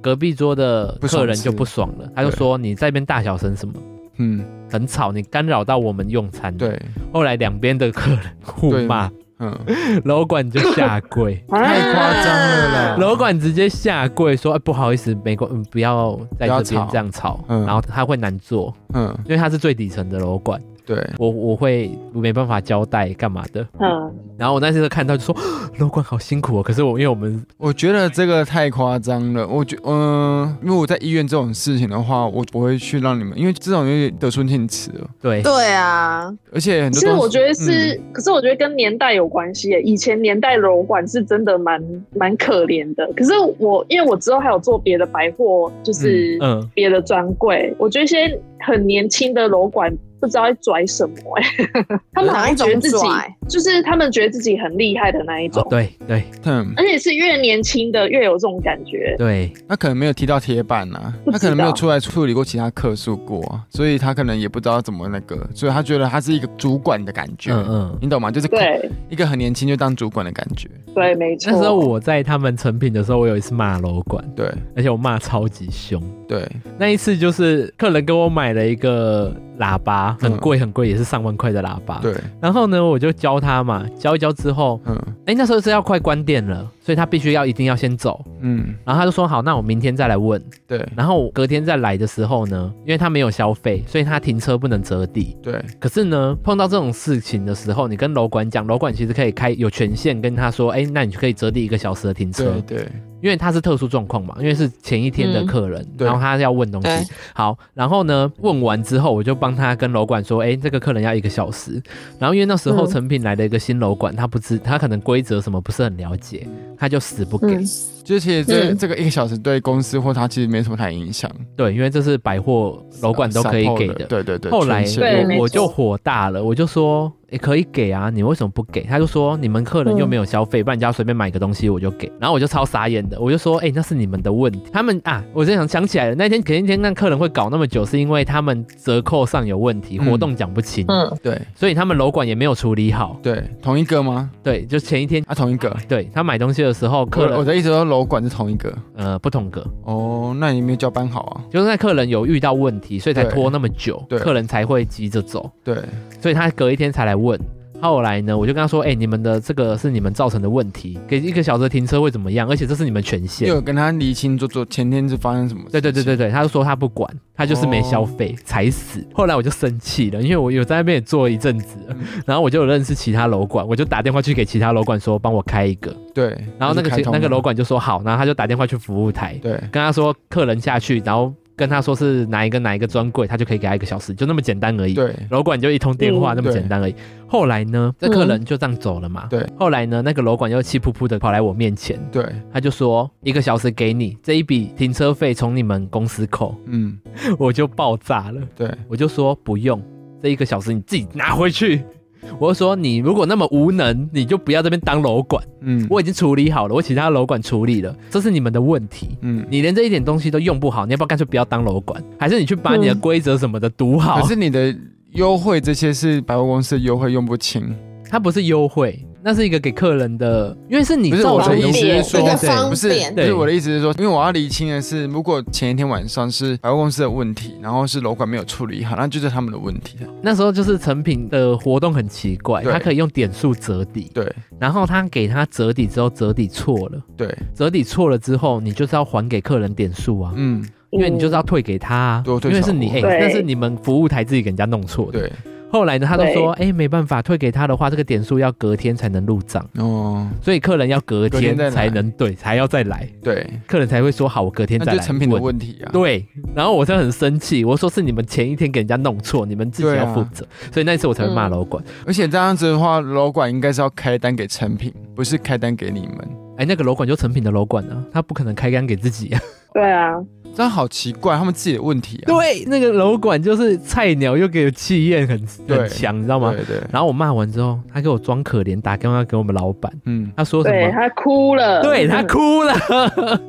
Speaker 3: 隔壁桌的
Speaker 2: 不爽
Speaker 3: 客人
Speaker 2: 吃
Speaker 3: 就不爽了，他就说你在那边大小声什么，
Speaker 2: 嗯，
Speaker 3: 很吵，你干扰到我们用餐。，
Speaker 2: 对，
Speaker 3: 后来两边的客人互
Speaker 2: 对
Speaker 3: 骂，
Speaker 2: 嗯，
Speaker 3: 楼管就下跪，
Speaker 2: 太夸
Speaker 1: 啊，
Speaker 2: 张了啦。
Speaker 3: 楼管直接下跪说：“哎、不好意思，没关，嗯，不要
Speaker 2: 不
Speaker 3: 在这
Speaker 2: 要
Speaker 3: 边
Speaker 2: 吵
Speaker 3: 这样吵。
Speaker 2: 嗯
Speaker 3: 然后他会难做，
Speaker 2: 嗯，
Speaker 3: 因为他是最底层的楼管，
Speaker 2: 对，
Speaker 3: 我我会我没办法交代干嘛的。
Speaker 1: 嗯，
Speaker 3: 然后我那时候看到就说， 楼管好辛苦哦。可是我因为我们
Speaker 2: 我觉得这个太夸张了。我觉，嗯、因为我在医院这种事情的话，我不会去让你们，因为这种有点得寸进尺了。
Speaker 3: 对
Speaker 4: 对啊，
Speaker 2: 而且很
Speaker 1: 其
Speaker 2: 多
Speaker 1: 实
Speaker 2: 东西
Speaker 1: 我觉得是，
Speaker 3: 嗯
Speaker 1: 可是我觉得跟年代有关系耶。以前年代楼管是真的蛮蛮可怜的，可是我因为我之后还有做别的百货，就是
Speaker 3: 嗯
Speaker 1: 别的专柜，我觉得现在很年轻的楼管不知道在拽什么哎， 他们好
Speaker 4: 哪一
Speaker 1: 像
Speaker 4: 种
Speaker 1: 觉得自己
Speaker 4: 拽
Speaker 1: 就是他们觉得自己很厉害的那一种
Speaker 3: 哦，对对
Speaker 2: 嗯，
Speaker 1: 而且是越年轻的越有这种感觉。
Speaker 3: 对，
Speaker 2: 他可能没有踢到铁板呐、
Speaker 1: 不知道
Speaker 2: 他可能没有出来处理过其他客诉过啊、所以他可能也不知道怎么那个，所以他觉得他是一个主管的感觉，
Speaker 3: 嗯嗯。
Speaker 2: 你懂吗？就是
Speaker 1: 对
Speaker 2: 一个很年轻就当主管的感觉，
Speaker 1: 对，没错。
Speaker 3: 那时候我在他们成品的时候，我有一次骂楼管，
Speaker 2: 对
Speaker 3: 而且我骂超级凶。
Speaker 2: 对，
Speaker 3: 那一次就是客人跟我买了一个喇叭，叭，很贵很贵，也是上万块的喇叭。
Speaker 2: 对，
Speaker 3: 然后呢，我就教他嘛，教一教之后，
Speaker 2: 嗯
Speaker 3: 哎，那时候是要快关店了，所以他必须要一定要先走。
Speaker 2: 嗯，
Speaker 3: 然后他就说好，那我明天再来问。
Speaker 2: 对
Speaker 3: 然后我隔天再来的时候呢，因为他没有消费，所以他停车不能折抵。
Speaker 2: 对
Speaker 3: 可是呢，碰到这种事情的时候，你跟楼管讲，楼管其实可以开有权限跟他说，哎，那你可以折抵一个小时的停车
Speaker 2: 对，对，
Speaker 3: 因为他是特殊状况嘛，因为是前一天的客人，
Speaker 2: 对
Speaker 3: 然后他要问东西
Speaker 4: 嗯对。
Speaker 3: 好，然后呢，问完之后，我就帮他跟楼管说，哎，这个客人要一个小时。然后因为那时候
Speaker 4: 嗯
Speaker 3: 成品来了一个新楼管，他不知他可能规则什么不是很了解，他就死不给。
Speaker 4: 嗯
Speaker 2: 就其实这
Speaker 4: 嗯
Speaker 2: 这个一个小时对公司或他其实没什么太影响，呃
Speaker 3: 对，因为这是百货楼管都可以
Speaker 2: support
Speaker 3: 给
Speaker 2: 的，
Speaker 3: 的。
Speaker 2: 对对对。
Speaker 3: 后来
Speaker 2: 权
Speaker 1: 对
Speaker 2: 限
Speaker 1: 没
Speaker 3: 我
Speaker 1: 错
Speaker 3: 我就火大了，我就说也、可以给啊，你为什么不给？他就说你们客人又没有消费，不然你就要随便买个东西我就给。然后我就超傻眼的，我就说哎、那是你们的问题。他们啊，我真想想起来了，那天前一天让客人会搞那么久，是因为他们折扣上有问题，
Speaker 2: 嗯
Speaker 3: 活动讲不清，
Speaker 4: 嗯，
Speaker 2: 对
Speaker 3: 所以他们楼管也没有处理好。
Speaker 2: 对，同一个吗？
Speaker 3: 对，就前一天。
Speaker 2: 啊，同一个。
Speaker 3: 对他买东西的时候，客
Speaker 2: 我我
Speaker 3: 人
Speaker 2: 的意思说楼管是同一个。
Speaker 3: 呃不同格，
Speaker 2: 哦，那你没有交班好啊？
Speaker 3: 就是那客人有遇到问题，所以才
Speaker 2: 对
Speaker 3: 拖那么久，
Speaker 2: 对
Speaker 3: 客人才会急着走。
Speaker 2: 对
Speaker 3: 所以他隔一天才来问。后来呢，我就跟他说：“哎、你们的这个是你们造成的问题，给一个小时的停车会怎么样？而且这是你们权
Speaker 2: 又
Speaker 3: 限。
Speaker 2: 有跟他厘清，做做前天是发生什么？”
Speaker 3: 对对对对，对，他就说他不管，他就是没
Speaker 2: 哦
Speaker 3: 消费，踩死。后来我就生气了，因为我有在那边也坐一阵子
Speaker 2: 嗯
Speaker 3: 了，然后我就有认识其他楼管，我就打电话去给其他楼管说帮我开一个，
Speaker 2: 对。
Speaker 3: 然后那个
Speaker 2: 就开
Speaker 3: 其
Speaker 2: 通
Speaker 3: 那个
Speaker 2: 了
Speaker 3: 楼，管就说好，然后他就打电话去服务台，
Speaker 2: 对
Speaker 3: 跟他说客人下去，然后跟他说是哪一个哪一个专柜，他就可以给他一个小时，就那么简单而已。
Speaker 2: 对
Speaker 3: 楼管就一通电话
Speaker 1: 嗯
Speaker 3: 那么简单而已。后来呢，这客人就这样走了嘛。
Speaker 2: 嗯对。
Speaker 3: 后来呢，那个楼管又气扑扑的跑来我面前，
Speaker 2: 对，
Speaker 3: 他就说一个小时给你，这一笔停车费从你们公司扣，
Speaker 2: 嗯，
Speaker 3: 我就爆炸了。
Speaker 2: 对
Speaker 3: 我就说不用，这一个小时你自己拿回去。 我就说你如果那么无能，你就不要这边当楼管。
Speaker 2: 嗯，
Speaker 3: 我已经处理好了，我请他楼管处理了，这是你们的问题。
Speaker 2: 嗯，
Speaker 3: 你连这一点东西都用不好，你要不要干脆不要当楼管？还是你去把你的
Speaker 4: 嗯
Speaker 3: 规则什么的读好？
Speaker 2: 可是你的优惠这些是百货公司的优惠用不清，
Speaker 3: 它不是优惠，那是一个给客人的，因为是你
Speaker 2: 不是
Speaker 3: 造
Speaker 2: 我
Speaker 3: 成
Speaker 2: 的
Speaker 3: 的
Speaker 2: 意思是
Speaker 4: 比较
Speaker 2: 说，
Speaker 4: 方便
Speaker 2: 不是不
Speaker 3: 对
Speaker 2: 是我的意思是说，因为我要厘清的是，如果前一天晚上是百货公司的问题，然后是楼管没有处理好，那就是他们的问题。
Speaker 3: 那时候就是成品的活动很奇怪，
Speaker 2: 对
Speaker 3: 它可以用点数折抵，
Speaker 2: 对
Speaker 3: 然后他给他折抵之后折抵错了，
Speaker 2: 对，
Speaker 3: 折抵错了之后，你就是要还给客人点数啊。
Speaker 2: 嗯，
Speaker 3: 因为你就是要退给他、啊，
Speaker 2: 对我
Speaker 3: 因
Speaker 2: 退
Speaker 3: 为
Speaker 2: 小
Speaker 3: 是你哎、
Speaker 2: 我
Speaker 1: 对
Speaker 3: 那是你们服务台自己给人家弄错的。
Speaker 2: 对，
Speaker 3: 后来呢，他就说哎、没办法，退给他的话，这个点数要隔天才能入账，
Speaker 2: 哦，
Speaker 3: 所以客人要隔
Speaker 2: 隔天
Speaker 3: 天
Speaker 2: 再来
Speaker 3: 才能对，才要再来，
Speaker 2: 对，
Speaker 3: 客人才会说好，我隔天
Speaker 2: 那
Speaker 3: 再
Speaker 2: 就
Speaker 3: 来。
Speaker 2: 成品的问题啊。
Speaker 3: 对，然后我就很生气，我说是你们前一天给人家弄错，你们自己
Speaker 2: 对啊
Speaker 3: 要负责，所以那一次我才会骂
Speaker 4: 嗯
Speaker 3: 楼管。
Speaker 2: 而且这样子的话，楼管应该是要开单给成品，不是开单给你们。
Speaker 3: 哎、那个楼管就成品的楼管啊，他不可能开单给自己 啊。
Speaker 1: 对啊，
Speaker 2: 这样好奇怪，他们自己的问题啊。
Speaker 3: 对，那个楼管就是菜鸟，又给我气焰很很
Speaker 2: 对
Speaker 3: 强，你知道吗？
Speaker 2: 对对，
Speaker 3: 然后我骂完之后，他给我装可怜，打电话给我们老板，
Speaker 2: 嗯，
Speaker 3: 他说什
Speaker 1: 对
Speaker 3: 么？
Speaker 1: 他哭了，
Speaker 3: 对他哭了，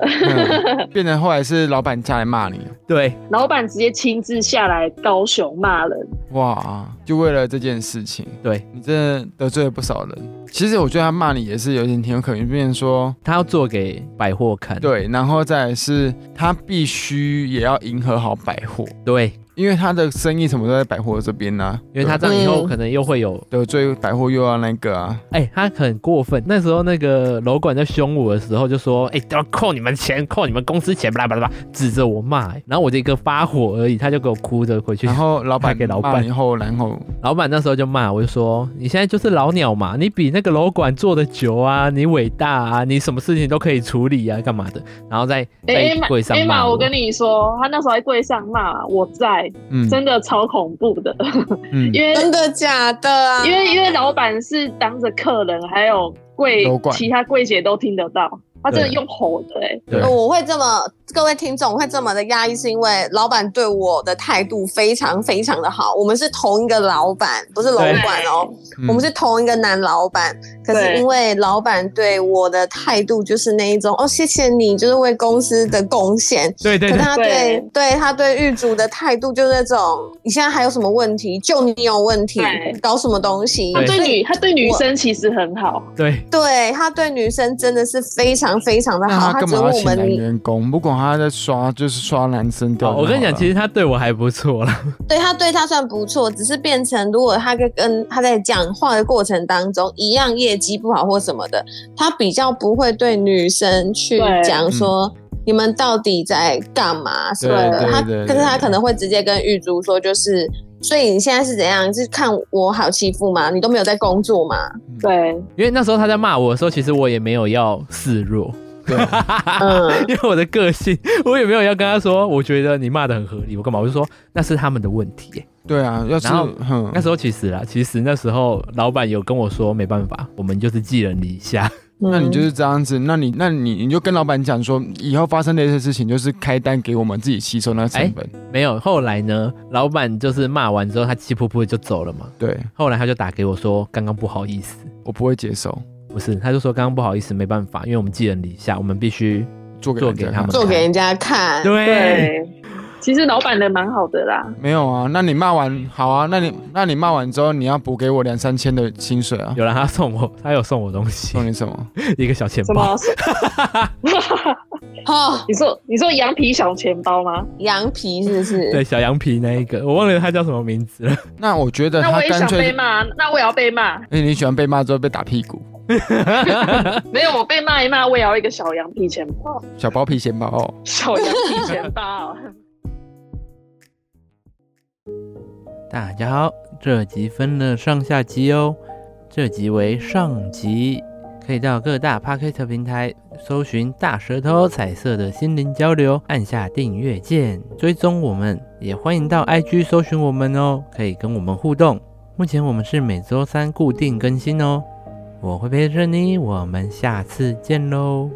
Speaker 2: 嗯变成后来是老板下来骂你，
Speaker 3: 对
Speaker 1: 老板直接亲自下来高雄骂人，
Speaker 2: 哇，就为了这件事情，
Speaker 3: 对，
Speaker 2: 你真的得罪了不少人。其实我觉得他骂你也是有点情有可原，变成说
Speaker 3: 他要做给百货看，
Speaker 2: 对，然后再来是他必须也要迎合好百货，
Speaker 3: 对，
Speaker 2: 因为他的生意什么都在百货这边呢、啊，
Speaker 3: 因为他这
Speaker 2: 对
Speaker 3: 样以后
Speaker 4: 嗯
Speaker 3: 可能又会有
Speaker 2: 得罪百货又要那个啊，
Speaker 3: 哎、他很过分。那时候那个楼管在凶我的时候，就说：“哎、都要扣你们钱，扣你们公司钱，巴拉巴拉巴拉，指着我骂、哎然后我就一个发火而已，他就给我哭着回去
Speaker 2: 然。后老板
Speaker 3: 给老板
Speaker 2: 骂你后，然后
Speaker 3: 老板那时候就骂我，就说：“你现在就是老鸟嘛，你比那个楼管做的久啊，你伟大啊，你什么事情都可以处理啊，干嘛的？”然后在在
Speaker 1: 哎，Emma
Speaker 3: 柜上骂
Speaker 1: Emma，
Speaker 3: 我。
Speaker 1: 我跟你说，他那时候在柜上骂我在，
Speaker 2: 嗯
Speaker 1: 真的超恐怖的，
Speaker 2: 嗯
Speaker 1: 因为
Speaker 4: 真的假的啊？
Speaker 1: 因为因为老板是当着客人还有柜
Speaker 2: 楼管
Speaker 1: 其他柜姐都听得到，他真的
Speaker 3: 对
Speaker 1: 用吼的哎、
Speaker 3: 对
Speaker 4: 呃我会这么，各位听众我会这么的压抑，是因为老板对我的态度非常非常的好。我们是同一个老板，不是楼管哦，
Speaker 2: 嗯
Speaker 4: 我们是同一个男老板。可是
Speaker 1: 对
Speaker 4: 因为老板对我的态度就是那一种，哦，谢谢你，就是为公司的贡献。
Speaker 3: 对对
Speaker 4: 可
Speaker 3: 对
Speaker 4: 他对
Speaker 1: 对
Speaker 4: 对他对狱主的态度就是那种，你现在还有什么问题？就你有问题
Speaker 1: 对，
Speaker 4: 搞什么东西？
Speaker 1: 他
Speaker 3: 对
Speaker 1: 对女他对女
Speaker 4: 我
Speaker 1: 生其实很好，
Speaker 3: 对
Speaker 4: 对他对女生真的是非常非常的
Speaker 2: 那他
Speaker 4: 好，他
Speaker 2: 干
Speaker 4: 只
Speaker 2: 嘛要
Speaker 4: 问我
Speaker 2: 请
Speaker 4: 们
Speaker 2: 男
Speaker 4: 你
Speaker 2: 员工？不管他在刷，就是刷男生掉就好了。
Speaker 3: 哦，我跟你讲，其实他对我还不错啦。
Speaker 4: 对他对他算不错，只是变成如果他跟跟他在讲话的过程当中一样业绩不好或什么的，他比较不会对女生去
Speaker 1: 对
Speaker 2: 嗯
Speaker 4: 讲说。你们到底在干嘛什么
Speaker 2: 对
Speaker 4: 的？
Speaker 2: 对
Speaker 4: 他，
Speaker 2: 对对
Speaker 4: 可是他可能会直接跟玉珠说，就是，所以你现在是怎样？是看我好欺负吗？你都没有在工作吗？
Speaker 1: 对，
Speaker 3: 因为那时候他在骂我的时候，其实我也没有要示弱，
Speaker 4: 嗯，
Speaker 3: 因为我的个性，我也没有要跟他说，我觉得你骂的很合理，我干嘛？我就说那是他们的问题、
Speaker 2: 对啊，要是
Speaker 3: 然后
Speaker 2: 哼
Speaker 3: 那时候其实啦，其实那时候老板有跟我说，没办法，我们就是寄人篱 下。
Speaker 2: 那你就
Speaker 4: 嗯
Speaker 2: 是这样子，那你那你你就跟老板讲说，以后发生类似的事情，就是开单给我们自己吸收那个
Speaker 3: 哎
Speaker 2: 成本。
Speaker 3: 没有，后来呢，老板就是骂完之后，他气噗噗地就走了嘛。
Speaker 2: 对
Speaker 3: 后来他就打给我说，刚刚不好意思，
Speaker 2: 我不会接受，
Speaker 3: 不是，他就说刚刚不好意思，没办法，因为我们寄人篱下，我们必须
Speaker 2: 做给
Speaker 3: 做
Speaker 2: 人家
Speaker 3: 给他们
Speaker 4: 做给人家看，
Speaker 3: 对。
Speaker 1: 对，其实老板的蛮好的
Speaker 3: 嗯
Speaker 1: 啦，
Speaker 2: 没有啊，那你骂完好啊，那你那你骂完之后，你要补给我两三千的薪水啊，
Speaker 3: 有人他送我，他有送我东西
Speaker 2: 送，你什么？
Speaker 3: 一个小钱
Speaker 1: 什
Speaker 3: 包
Speaker 1: 么？？
Speaker 4: 哦，
Speaker 1: 你说你说羊皮小钱包吗？
Speaker 4: 羊皮是不是？
Speaker 3: 对，小羊皮那一个，我忘了他叫什么名字了。
Speaker 2: 那我觉得
Speaker 1: 那
Speaker 2: 他
Speaker 1: 我也
Speaker 2: 干
Speaker 1: 想被
Speaker 2: 脆，
Speaker 1: 骂，那我也要被骂。
Speaker 2: 哎，你喜欢被骂之后被打屁股，
Speaker 1: 没有，我被骂一骂，我也要一个小羊皮钱包，
Speaker 2: 小包皮钱包哦。
Speaker 1: 小羊皮钱包。
Speaker 3: 大家好，这集分了上下集哦，这集为上集，可以到各大 p o c k e t 平台搜寻“大舌头彩色的心灵交流”，按下订阅键追踪我们，也欢迎到 IG 搜寻我们哦，可以跟我们互动。目前我们是每周三固定更新哦，我会陪着你，我们下次见喽。